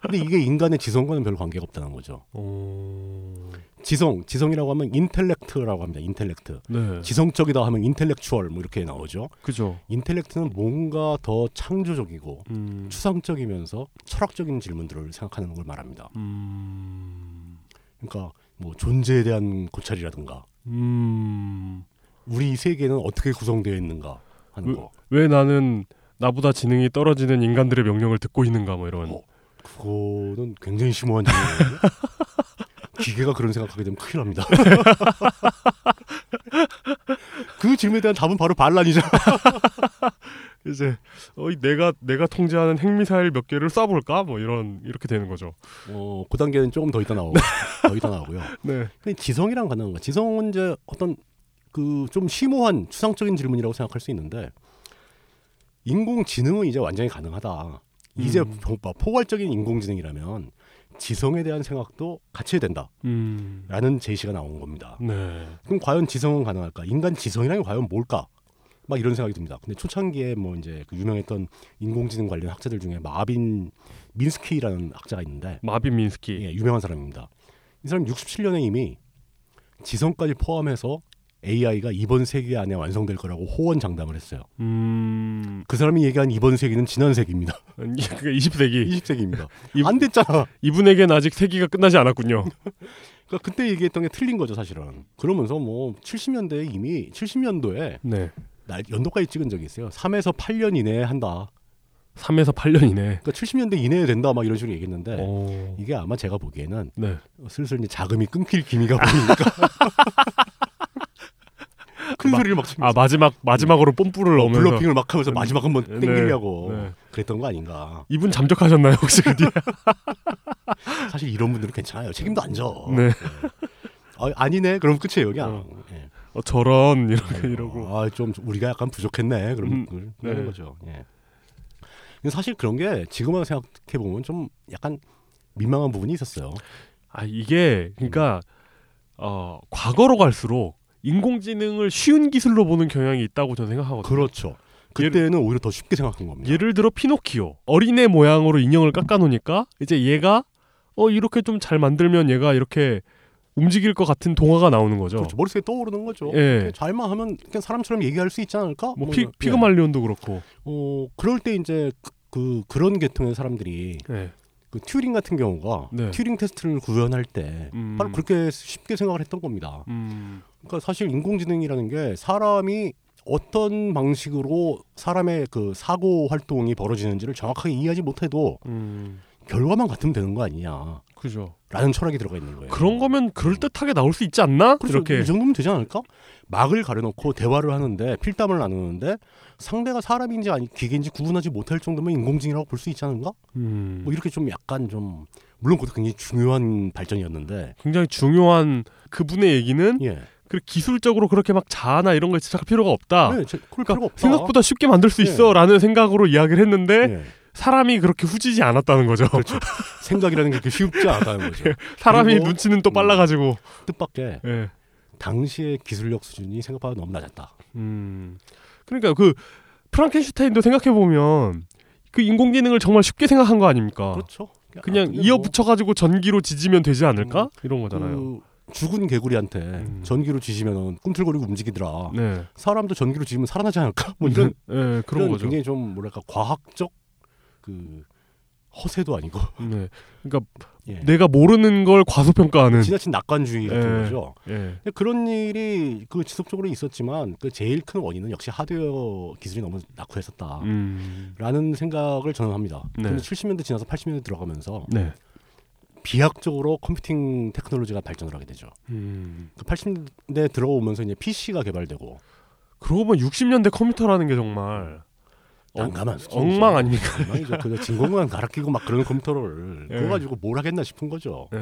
근데 이게 인간의 지성과는 별 관계가 없다는 거죠.
어.
지성, 지성이라고 하면 인텔렉트라고 합니다. 인텔렉트.
네.
지성적이다 하면 인텔렉추얼 뭐 이렇게 나오죠.
그죠.
인텔렉트는 뭔가 더 창조적이고
음.
추상적이면서 철학적인 질문들을 생각하는 걸 말합니다.
음.
그러니까 뭐 존재에 대한 고찰이라든가
음.
우리 세계는 어떻게 구성되어 있는가 하는
왜-
거.
왜 나는 나보다 지능이 떨어지는 인간들의 명령을 듣고 있는가 뭐 이런.
어. 그거는 굉장히 심오한 질문이에요. 기계가 그런 생각하게 되면 큰일 납니다. 그 질문에 대한 답은 바로 반란이죠.
이제 어, 이 내가 내가 통제하는 핵미사일 몇 개를 쏴볼까 뭐 이런 이렇게 되는 거죠.
어, 그 단계는 조금 더 이따 나오고, 더 이따 나오고요.
네.
근데 지성이랑 가능한 거. 지성은 이제 어떤 그 좀 심오한 추상적인 질문이라고 생각할 수 있는데 인공지능은 이제 완전히 가능하다. 이제
음.
보- 포괄적인 인공지능이라면 지성에 대한 생각도 같이 해야
음.
된다라는 제시가 나온 겁니다.
네.
그럼 과연 지성은 가능할까? 인간 지성이란 게 과연 뭘까? 막 이런 생각이 듭니다. 근데 초창기에 뭐 이제 그 유명했던 인공지능 관련 학자들 중에 마빈 민스키라는 학자가 있는데
마빈 민스키.
예, 유명한 사람입니다. 이 사람 67년에 이미 지성까지 포함해서 AI가 이번 세기 안에 완성될 거라고 호언 장담을 했어요.
음.
그 사람이 얘기한 이번 세기는 지난 세기입니다.
아니, 그러니까 20세기.
20세기입니다.
이-
안 됐잖아.
이분에겐 아직 세기가 끝나지 않았군요.
그러니까 그때 얘기했던 게 틀린 거죠, 사실은. 그러면서 뭐 70년대에 이미 70년도에
네.
날 연도까지 찍은 적이 있어요. 3에서 8년 이내에 한다.
3에서 8년이네.
그러니까 70년대 이내에 된다 막 이런 식으로 얘기했는데
어.
이게 아마 제가 보기에는
네.
슬슬 이제 자금이 끊길 기미가 보이니까 그 큰
마-
소리를 막 치면서
아 마지막 마지막으로 뽐뿌를 넣으면서
어, 블러핑을 막 하면서 마지막 한번
네,
땡기려고
네.
그랬던 거 아닌가.
이분 잠적하셨나요 혹시 그 뒤에?
사실 이런 분들은 괜찮아요. 책임도 안 져.
네.
아, 아니네. 그럼 끝이에요. 그냥.
어.
예.
어, 저런 이렇게 이러고.
아, 좀 우리가 약간 부족했네. 그럼
음,
그걸
네.
하는 거죠. 예. 근데 사실 그런 게 지금만 생각해 보면 좀 약간 민망한 부분이 있었어요.
아 이게 그러니까 어 과거로 갈수록 인공지능을 쉬운 기술로 보는 경향이 있다고 저는 생각하거든요.
그렇죠. 그때는 오히려 더 쉽게 생각한 겁니다.
예를 들어 피노키오 어린애 모양으로 인형을 깎아놓으니까 이제 얘가 어 이렇게 좀 잘 만들면 얘가 이렇게 움직일 것 같은 동화가 나오는 거죠.
그렇죠. 머릿속에 떠오르는 거죠.
예.
잘만 하면 그냥 사람처럼 얘기할 수 있지 않을까?
뭐
뭐
피,
이런- 예.
피그말리온도 그렇고.
어, 그럴 때 이제 그, 그 그런 계통의 사람들이
예.
그 튜링 같은 경우가
네.
튜링 테스트를 구현할 때
음.
바로 그렇게 쉽게 생각을 했던 겁니다.
음.
그러니까 사실 인공지능이라는 게 사람이 어떤 방식으로 사람의 그 사고 활동이 벌어지는지를 정확하게 이해하지 못해도
음.
결과만 같으면 되는 거 아니냐라는
그죠.
철학이 들어가 있는 거예요.
그런 거면 그럴 듯하게 나올 수 있지 않나?
그렇죠.
이렇게.
이 정도면 되지 않을까? 막을 가려놓고 대화를 하는데 필담을 나누는데 상대가 사람인지 아니 기계인지 구분하지 못할 정도면 인공지능이라고 볼 수 있지 않은가?
음.
뭐 이렇게 좀 약간 좀 물론 그것도 굉장히 중요한 발전이었는데
굉장히 중요한 그분의 얘기는
예,
그 기술적으로 그렇게 막 자아나 이런 거에 집착할 필요가 없다.
네, 제- 그럴 필요가
그러니까
없다.
생각보다 쉽게 만들 수
네.
있어라는 생각으로 이야기를 했는데
예.
사람이 그렇게 후지지 않았다는 거죠.
생각이라는 게 그렇게 쉽지 않다는
예.
거죠.
사람이
그리고-
눈치는 또 빨라가지고.
뜻밖의
예.
당시의 기술력 수준이 생각보다 너무 낮았다.
음. 그러니까 그 프랑켄슈타인도 생각해 보면 그 인공지능을 정말 쉽게 생각한 거 아닙니까?
그렇죠.
그냥
근데
이어
뭐
붙여가지고 전기로 지지면 되지 않을까?
음,
이런 거잖아요.
그 죽은 개구리한테
음.
전기로 지시면 꿈틀거리고 움직이더라.
네.
사람도 전기로 지면 살아나지 않을까? 뭐 이런
네, 그런
이런
거죠.
굉장히 좀 뭐랄까 과학적 그 허세도 아니고
네. 그러니까
예.
내가 모르는 걸 과소평가하는.
지나친 낙관주의 같은
예.
거죠.
예.
근데 그런 일이 그 지속적으로 있었지만 그 제일 큰 원인은 역시 하드웨어 기술이 너무 낙후했었다.
음.
라는 생각을 저는 합니다.
네.
근데 70년대 지나서 80년대 들어가면서
네.
비약적으로 컴퓨팅 테크놀로지가 발전을 하게 되죠.
음.
그 80년대 들어오면서 이제 PC가 개발되고
그러고 보면 60년대 컴퓨터라는 게 정말 어,
난감한
엉망 아닙니까?
아니죠. 그 진공관 갈아 끼고 막 그런 컴퓨터를
예.
그거 가지고 뭘 하겠나 싶은 거죠.
네.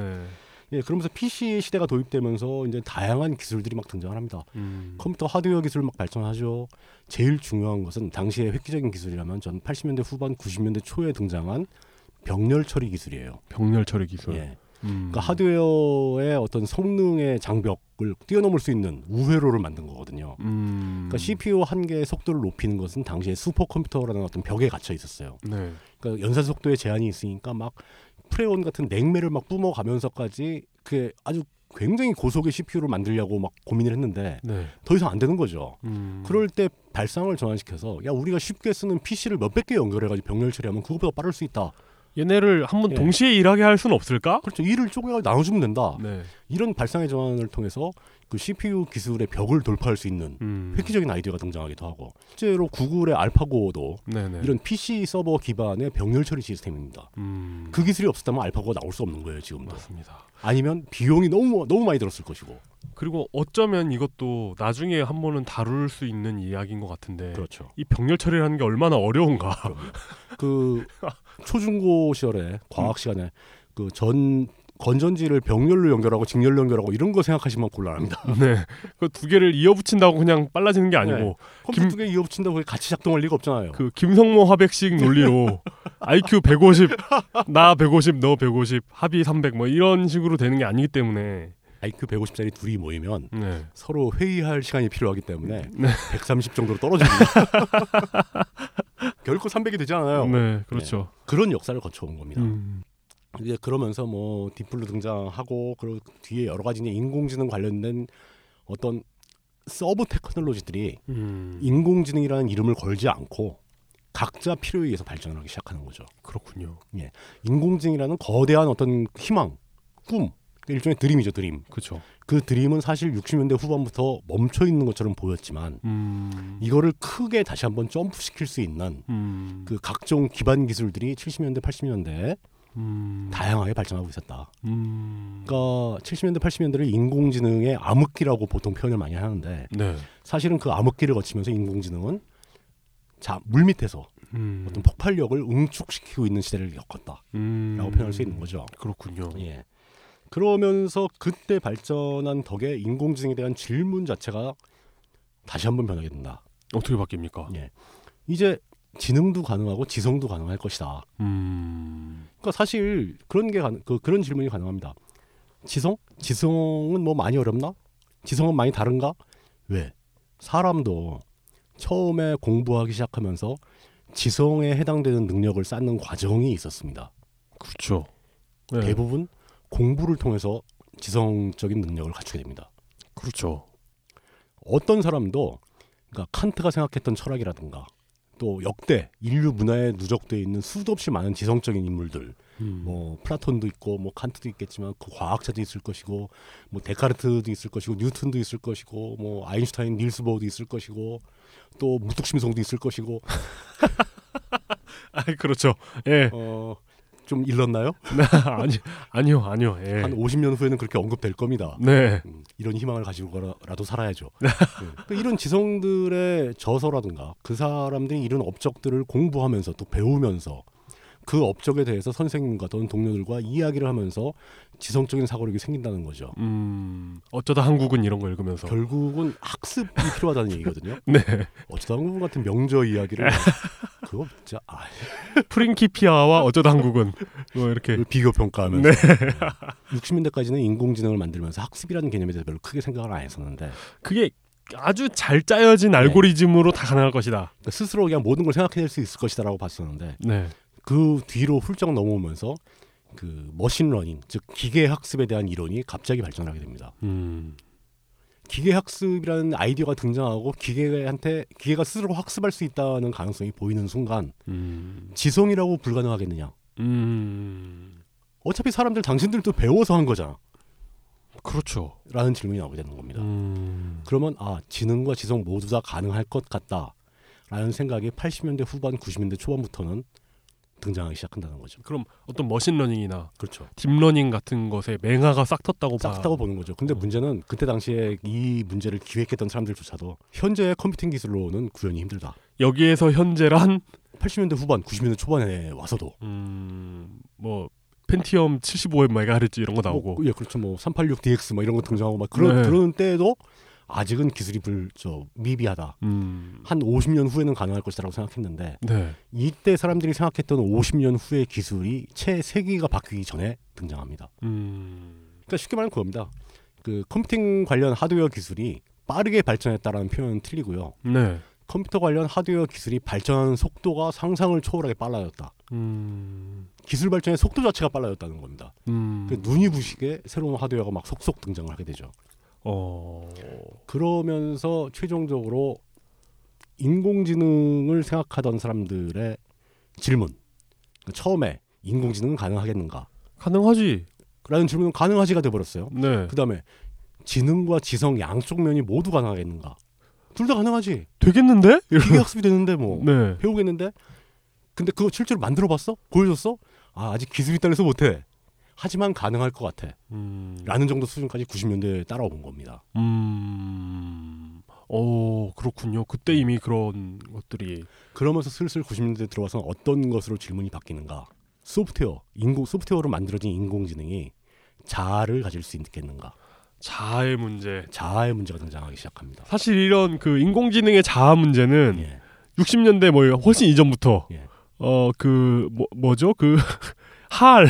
예, 그러면서 PC 시대가 도입되면서 이제 다양한 기술들이 막 등장합니다.
음.
컴퓨터 하드웨어 기술 막 발전하죠. 제일 중요한 것은 당시의 획기적인 기술이라면 전 80년대 후반 90년대 초에 등장한 병렬 처리 기술이에요.
병렬 처리 기술.
예.
음.
그러니까 하드웨어의 어떤 성능의 장벽을 뛰어넘을 수 있는 우회로를 만든 거거든요.
음.
그러니까 CPU 한 개의 속도를 높이는 것은 당시에 슈퍼컴퓨터라는 어떤 벽에 갇혀 있었어요.
네.
그러니까 연산 속도에 제한이 있으니까 막 프레온 같은 냉매를 막 뿜어가면서까지 그게 아주 굉장히 고속의 CPU를 만들려고 막 고민을 했는데
네.
더 이상 안 되는 거죠.
음.
그럴 때 발상을 전환시켜서 야 우리가 쉽게 쓰는 PC를 몇백 개 연결해가지고 병렬 처리하면 그것보다 빠를 수 있다.
얘네를 한 번
예.
동시에 일하게 할 수는 없을까?
그렇죠. 일을 쪼개가지고 나눠주면 된다.
네.
이런 발상의 전환을 통해서 그 CPU 기술의 벽을 돌파할 수 있는
음.
획기적인 아이디어가 등장하기도 하고 실제로 구글의 알파고도
네네.
이런 PC 서버 기반의 병렬 처리 시스템입니다.
음.
그 기술이 없었다면 알파고가 나올 수 없는 거예요 지금도.
맞습니다.
아니면 비용이 너무 너무 많이 들었을 것이고.
그리고 어쩌면 이것도 나중에 한 번은 다룰 수 있는 이야기인 것 같은데
그렇죠.
이 병렬 처리라는 게 얼마나 어려운가.
그 초중고 시절에
음.
과학 시간에 그 전 건전지를 병렬로 연결하고 직렬로 연결하고 이런 거 생각하시면 곤란합니다.
네. 그 두 개를 이어붙인다고 그냥 빨라지는 게 아니고
네.
김-
컴퓨터 두개 이어 붙인다고 그게 같이 작동할 리가 없잖아요.
그 김성모 화백식 논리로 IQ 150, 나 150, 너 150, 합의 300 뭐 이런 식으로 되는 게 아니기 때문에.
IQ 150짜리 둘이 모이면
네.
서로 회의할 시간이 필요하기 때문에
네.
130 정도로 떨어집니다. 결코 300이 되지 않아요.
네, 그렇죠.
그런 역사를 거쳐온 겁니다.
음.
이제 그러면서 뭐 딥블루 등장하고 그리고 뒤에 여러 가지 이제 인공지능 관련된 어떤 서브 테크놀로지들이
음.
인공지능이라는 이름을 걸지 않고 각자 필요에 의해서 발전을 하기 시작하는 거죠.
그렇군요.
인공지능이라는 거대한 어떤 희망, 꿈, 일종의 드림이죠, 드림.
그렇죠.
그 드림은 사실 60년대 후반부터 멈춰 있는 것처럼 보였지만
음.
이거를 크게 다시 한번 점프시킬 수 있는
음.
그 각종 기반 기술들이 70년대, 80년대에
음.
다양하게 발전하고 있었다.
음.
그러니까 70년대, 80년대를 인공지능의 암흑기라고 보통 표현을 많이 하는데
네.
사실은 그 암흑기를 거치면서 인공지능은 자, 물 밑에서
음.
어떤 폭발력을 응축시키고 있는 시대를 겪었다라고
음.
표현할 수 있는 거죠.
그렇군요.
예. 그러면서 그때 발전한 덕에 인공지능에 대한 질문 자체가 다시 한번 변하게 된다.
어떻게 바뀝니까?
예. 이제 지능도 가능하고 지성도 가능할 것이다.
음.
그러니까 사실 그런 게 가능, 그, 그런 질문이 가능합니다. 지성? 지성은 뭐 많이 어렵나? 지성은 많이 다른가? 왜? 사람도 처음에 공부하기 시작하면서 지성에 해당되는 능력을 쌓는 과정이 있었습니다.
그렇죠. 네.
대부분 공부를 통해서 지성적인 능력을 갖추게 됩니다.
그렇죠.
어떤 사람도 그러니까 칸트가 생각했던 철학이라든가 또 역대 인류 문화에 누적돼 있는 수도 없이 많은 지성적인 인물들
음.
뭐 플라톤도 있고 뭐 칸트도 있겠지만 그 과학자도 있을 것이고 뭐 데카르트도 있을 것이고 뉴턴도 있을 것이고 뭐 아인슈타인 닐스 보어도 있을 것이고 또 무뚝심성도 있을 것이고
아, 그렇죠. 예.
어좀 일렀나요?
네, 아니 아니요 아니요. 예.
한 50년 후에는 그렇게 언급될 겁니다.
네.
음, 이런 희망을 가지고라도 살아야죠. 네. 그러니까 이런 지성들의 저서라든가 그 사람들이 이런 업적들을 공부하면서 또 배우면서 그 업적에 대해서 선생님과 또는 동료들과 이야기를 하면서 지성적인 사고력이 생긴다는 거죠.
음. 어쩌다 한국은 이런 거 읽으면서.
결국은 학습이 필요하다는 얘기거든요.
네.
어쩌다 한국 같은 명저 이야기를 그거 진짜 아,
프린키피아와 어쩌다 한국은 뭐 이렇게
비교
네.
평가하면서 네. 60년대까지는 인공지능을 만들면서 학습이라는 개념에 대해서 별로 크게 생각을 안 했었는데 그러니까
그게 아주 잘 짜여진
네.
알고리즘으로 다 가능할 것이다.
그러니까 스스로 그냥 모든 걸 생각해낼 수 있을 것이다라고 봤었는데
네.
그 뒤로 훌쩍 넘어오면서 그 머신러닝 즉 기계 학습에 대한 이론이 갑자기 발전하게 됩니다.
음.
기계 학습이라는 아이디어가 등장하고 기계한테 기계가 스스로 학습할 수 있다는 가능성이 보이는 순간
음.
지성이라고 불가능하겠느냐?
음.
어차피 사람들 당신들도 배워서 한 거잖아라는
그렇죠.
질문이 나오게 되는 겁니다.
음.
그러면 아 지능과 지성 모두 다 가능할 것 같다라는 생각이 80년대 후반 90년대 초반부터는 등장하기 시작한다는 거죠.
그럼 어떤 머신러닝이나
그렇죠.
딥러닝 같은 것에 맹아가 어. 싹 텄다고 봐.
싹다고 보는 거죠. 근데 문제는 그때 당시에 이 문제를 기획했던 사람들조차도 현재의 컴퓨팅 기술로는 구현이 힘들다.
여기에서 현재란
80년대 후반, 90년대 초반에 와서도 뭐
음, 뭐 펜티엄 75에 메가헤르츠 이런 거 나오고
뭐, 예, 그렇죠. 뭐 386DX 막 이런 거 등장하고 막 그런
네.
그런 때에도 아직은 기술이 불저 미비하다.
음.
한 50년 후에는 가능할 것이라고 생각했는데
네.
이때 사람들이 생각했던 50년 후의 기술이 채 세기가 바뀌기 전에 등장합니다.
음.
그러니까 쉽게 말하면 그겁니다. 그 컴퓨팅 관련 하드웨어 기술이 빠르게 발전했다라는 표현은 틀리고요.
네.
컴퓨터 관련 하드웨어 기술이 발전하는 속도가 상상을 초월하게 빨라졌다.
음.
기술 발전의 속도 자체가 빨라졌다는 겁니다.
음.
그 눈이 부시게 새로운 하드웨어가 막 속속 등장을 하게 되죠.
어.
그러면서 최종적으로 인공지능을 생각하던 사람들의 질문. 그러니까 처음에 인공지능은 가능하겠는가?
가능하지.
라는 질문은 가능하지가 돼버렸어요.
네.
그 다음에 지능과 지성 양쪽 면이 모두 가능하겠는가? 둘 다 가능하지.
되겠는데?
기계 학습이 되는데 뭐.
네.
배우겠는데 근데 그거 실제로 만들어 봤어? 보여줬어? 아 아직 기술이 딸려서 못해 하지만 가능할 것 같아
음.
라는 정도 수준까지 90년대에 따라온 겁니다
음. 어, 그렇군요. 그때 이미 그런 것들이
그러면서 슬슬 90년대에 들어와서 어떤 것으로 질문이 바뀌는가 소프트웨어 인공 소프트웨어로 만들어진 인공지능이 자아를 가질 수 있겠는가
자아의 문제.
자아의 문제가 등장하기 시작합니다
사실 이런 그 인공지능의 자아 문제는
예.
60년대 뭐 훨씬 이전부터
예.
어 그 뭐, 뭐죠 그할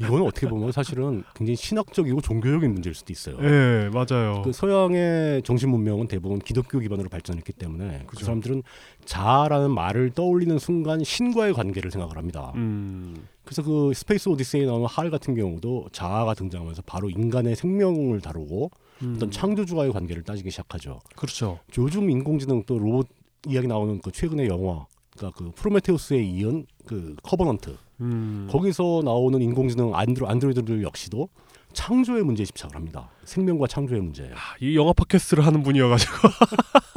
이거는 어떻게 보면 사실은 굉장히 신학적이고 종교적인 문제일 수도 있어요
예, 맞아요.
그렇죠. 그 서양의 정신 문명은 대부분 기독교 기반으로 발전했기 때문에 그
그죠.
사람들은 자아라는 말을 떠올리는 순간 신과의 관계를 생각을 합니다.
음.
그래서 그 스페이스 오디세이에 나오는 할 같은 경우도 자아가 등장하면서 바로 인간의 생명을 다루고 어떤 창조주와의 관계를 따지기 시작하죠.
음. 그렇죠.
요즘 인공지능 또 로봇 이야기 나오는 그 최근의 영화 그러니까 그 프로메테우스에 이은 그 커버넌트
음.
거기서 나오는 인공지능 안드로 안드로이드들 역시도 창조의 문제에 집착을 합니다. 생명과 창조의 문제.
아, 이 영화 팟캐스트를 하는 분이어가지고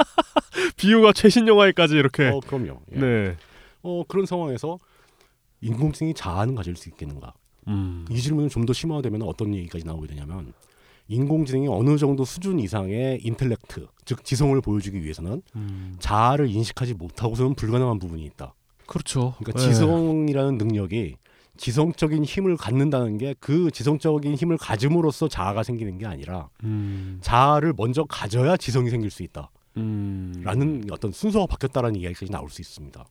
비유가 최신 영화에까지 이렇게
어 그럼요. 예.
네.
어, 그런 상황에서 인공지능이 자아는 가질 수 있겠는가?
음.
이 질문은 좀 더 심화되면 어떤 얘기까지 나오게 되냐면 인공지능이 어느 정도 수준 이상의 인텔렉트, 즉 지성을 보여주기 위해서는
음.
자아를 인식하지 못하고서는 불가능한 부분이 있다.
그렇죠.
그러니까
예.
지성이라는 능력이 지성적인 힘을 갖는다는 게 그 지성적인 힘을 가짐으로써 자아가 생기는 게 아니라
음.
자아를 먼저 가져야 지성이 생길 수 있다라는
음.
어떤 순서가 바뀌었다라는 이야기까지 나올 수 있습니다.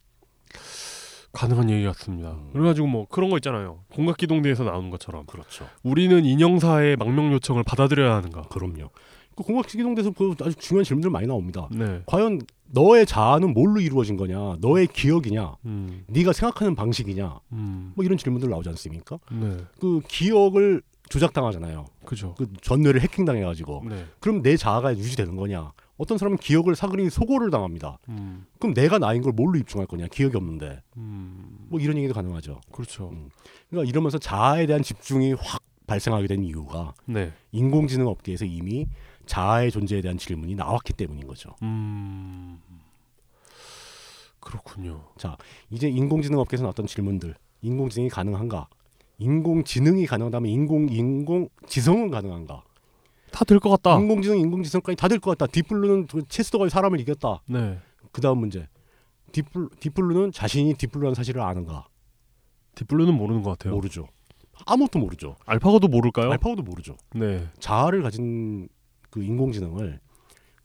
가능한 얘기 같습니다.
음.
그래가지고 뭐 그런 거 있잖아요. 공각기동대에서 나오는 것처럼
그렇죠.
우리는 인형사의 망명 요청을 받아들여야 하는가.
그럼요. 그 공학기동대에서 그 아주 중요한 질문들 많이 나옵니다.
네.
과연 너의 자아는 뭘로 이루어진 거냐? 너의 기억이냐?
음.
네가 생각하는 방식이냐?
음.
뭐 이런 질문들 나오지 않습니까?
네.
그 기억을 조작당하잖아요.
그죠.
그 전뇌를 해킹당해가지고
네.
그럼 내 자아가 유지되는 거냐? 어떤 사람은 기억을 사그리 소고를 당합니다.
음.
그럼 내가 나인 걸 뭘로 입증할 거냐? 기억이 없는데
음.
뭐 이런 얘기도 가능하죠.
그렇죠.
음. 그러니까 이러면서 자아에 대한 집중이 확 발생하게 된 이유가
네.
인공지능 업계에서 이미 자아의 존재에 대한 질문이 나왔기 때문인 거죠.
음. 그렇군요.
이제 인공지능 업계에서 나왔던 질문들 인공지능이 가능한가 인공지능이 가능하다면 인공 인공 지성은 가능한가
다 될 것 같다.
인공지능 인공지성까지 다 될 것 같다 딥블루는 그 체스터가 사람을 이겼다
네.
그 다음 문제 딥블, 딥블루는 자신이 딥블루라는 사실을 아는가
딥블루는 모르는 것 같아요.
모르죠 아무것도 모르죠
알파고도 모를까요?
알파고도 모르죠
네.
자아를 가진 그 인공지능을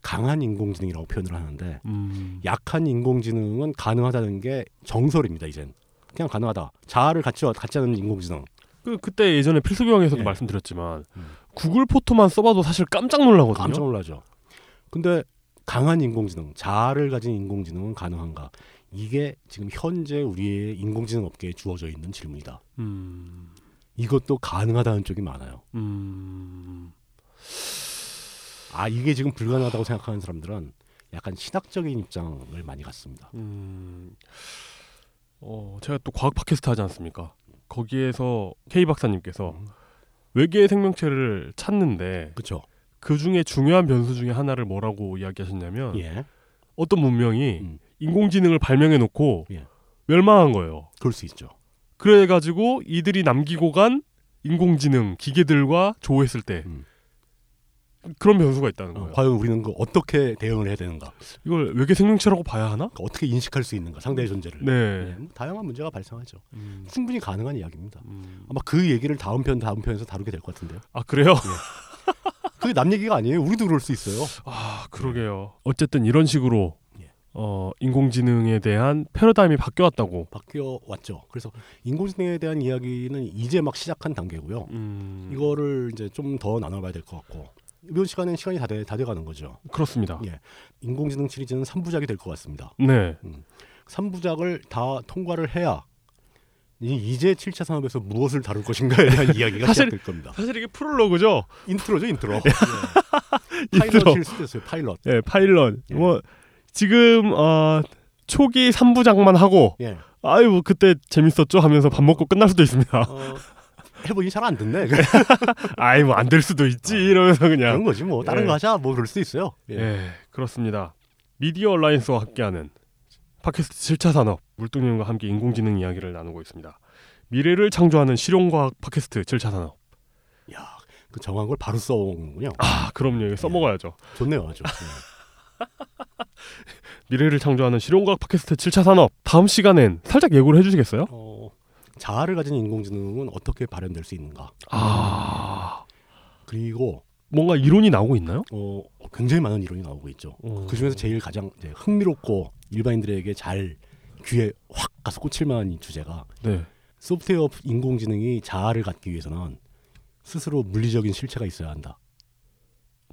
강한 인공지능이라고 표현을 하는데
음.
약한 인공지능은 가능하다는 게 정설입니다 이젠 그냥 가능하다 자아를 갖지 갖지 않은 인공지능
그 그때 예전에 필수 경영에서도
예.
말씀드렸지만
음.
구글 포토만 써봐도 사실 깜짝 놀라거든요.
깜짝 놀라죠. 근데 강한 인공지능, 자아를 가진 인공지능은 가능한가? 이게 지금 현재 우리의 인공지능 업계에 주어져 있는 질문이다.
음.
이것도 가능하다는 쪽이 많아요.
음.
아 이게 지금 불가능하다고 생각하는 사람들은 약간 신학적인 입장을 많이 갖습니다.
음. 어, 제가 또 과학 팟캐스트 하지 않습니까? 거기에서 K 박사님께서 외계의 생명체를 찾는데
그렇죠.
그 중에 중요한 변수 중에 하나를 뭐라고 이야기하셨냐면
예,
어떤 문명이
음.
인공지능을 발명해 놓고
예.
멸망한 거예요.
그럴 수 있죠.
그래가지고 이들이 남기고 간 인공지능 기계들과 조우했을 때
음.
그런 변수가 있다는
어,
거예요.
과연 우리는 그 어떻게 대응을 해야 되는가?
이걸 외계 생명체라고 봐야 하나?
그러니까 어떻게 인식할 수 있는가? 상대의 존재를. 예,
네.
뭐 다양한 문제가 발생하죠.
음,
충분히 가능한 이야기입니다.
음.
아마 그 얘기를 다음 편 다음 편에서 다루게 될 것 같은데요.
아 그래요?
그게 남 얘기가 아니에요. 우리도 그럴 수 있어요.
아 그러게요. 어쨌든 이런 식으로
예.
어, 인공지능에 대한 패러다임이 바뀌어왔다고.
바뀌어 왔죠. 그래서 인공지능에 대한 이야기는 이제 막 시작한 단계고요.
음,
이거를 이제 좀 더 나눠봐야 될 것 같고 이번 시간엔 시간이 다, 돼, 다 돼가는 거죠.
그렇습니다.
예. 인공지능 시리즈는 3부작이 될 것 같습니다.
네.
3부작을 다 통과를 해야 이- 이제 7차 산업에서 무엇을 다룰 것인가에 대한 이야기가
사실-
시작될 겁니다.
사실 이게 프롤로그죠.
인트로죠, 인트로.
인트로.
파일럿일 수도 있어요, 파일럿.
예, 파일럿.
예.
뭐 지금 어, 초기 3부작만 하고
예.
아유 뭐 그때 재밌었죠 하면서 밥 먹고 끝날 수도 있습니다.
어, 해보니 잘 안 듣네.
예. 아이 뭐 안 될 수도 있지 이러면서
그런
그냥
거지 뭐. 다른
예.
거 하자. 뭐 그럴 수도 있어요. 예.
예 그렇습니다 미디어 얼라이언스와 함께하는 팟캐스트 7차 산업 물뚱님과 함께 인공지능 이야기를 나누고 있습니다 미래를 창조하는 실용과학 팟캐스트 7차 산업 예.
야, 그 정한 걸 바로 써오는군요.
아 그럼요 이거 써먹어야죠
좋네요, 아주. 예.
미래를 창조하는 실용과학 팟캐스트 7차 산업 다음 시간엔 살짝 예고를 해주시겠어요?
어, 자아를 가진 인공지능은 어떻게 발현될 수 있는가?
아
그리고
뭔가 이론이 나오고 있나요?
어, 굉장히 많은 이론이 나오고 있죠.
어.
그 중에서 제일 가장 이제 흥미롭고 일반인들에게 잘 귀에 확 가서 꽂힐 만한 이 주제가
네
소프트웨어 인공지능이 자아를 갖기 위해서는 스스로 물리적인 실체가 있어야 한다.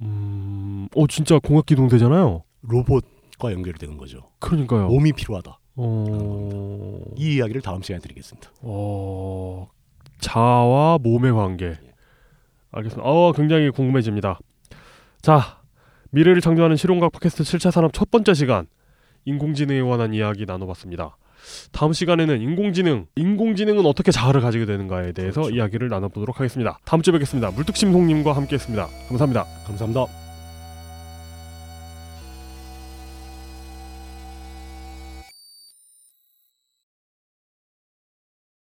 음... 어 진짜 공학기동 되잖아요
로봇과 연결되는 거죠.
그러니까요
몸이 필요하다.
어...
이 이야기를 다음 시간에 드리겠습니다.
어, 자와 몸의
예.
관계. 알겠습니다. 어, 굉장히 궁금해집니다. 자, 미래를 창조하는 실용과학 팟캐스트 7차 산업 첫 번째 시간 인공지능에 관한 이야기 나눠봤습니다. 다음 시간에는 인공지능, 인공지능은 어떻게 자아를 가지게 되는가에 대해서
그렇죠.
이야기를 나눠보도록 하겠습니다. 다음 주에 뵙겠습니다. 물뚝심송님과 함께했습니다. 감사합니다.
감사합니다.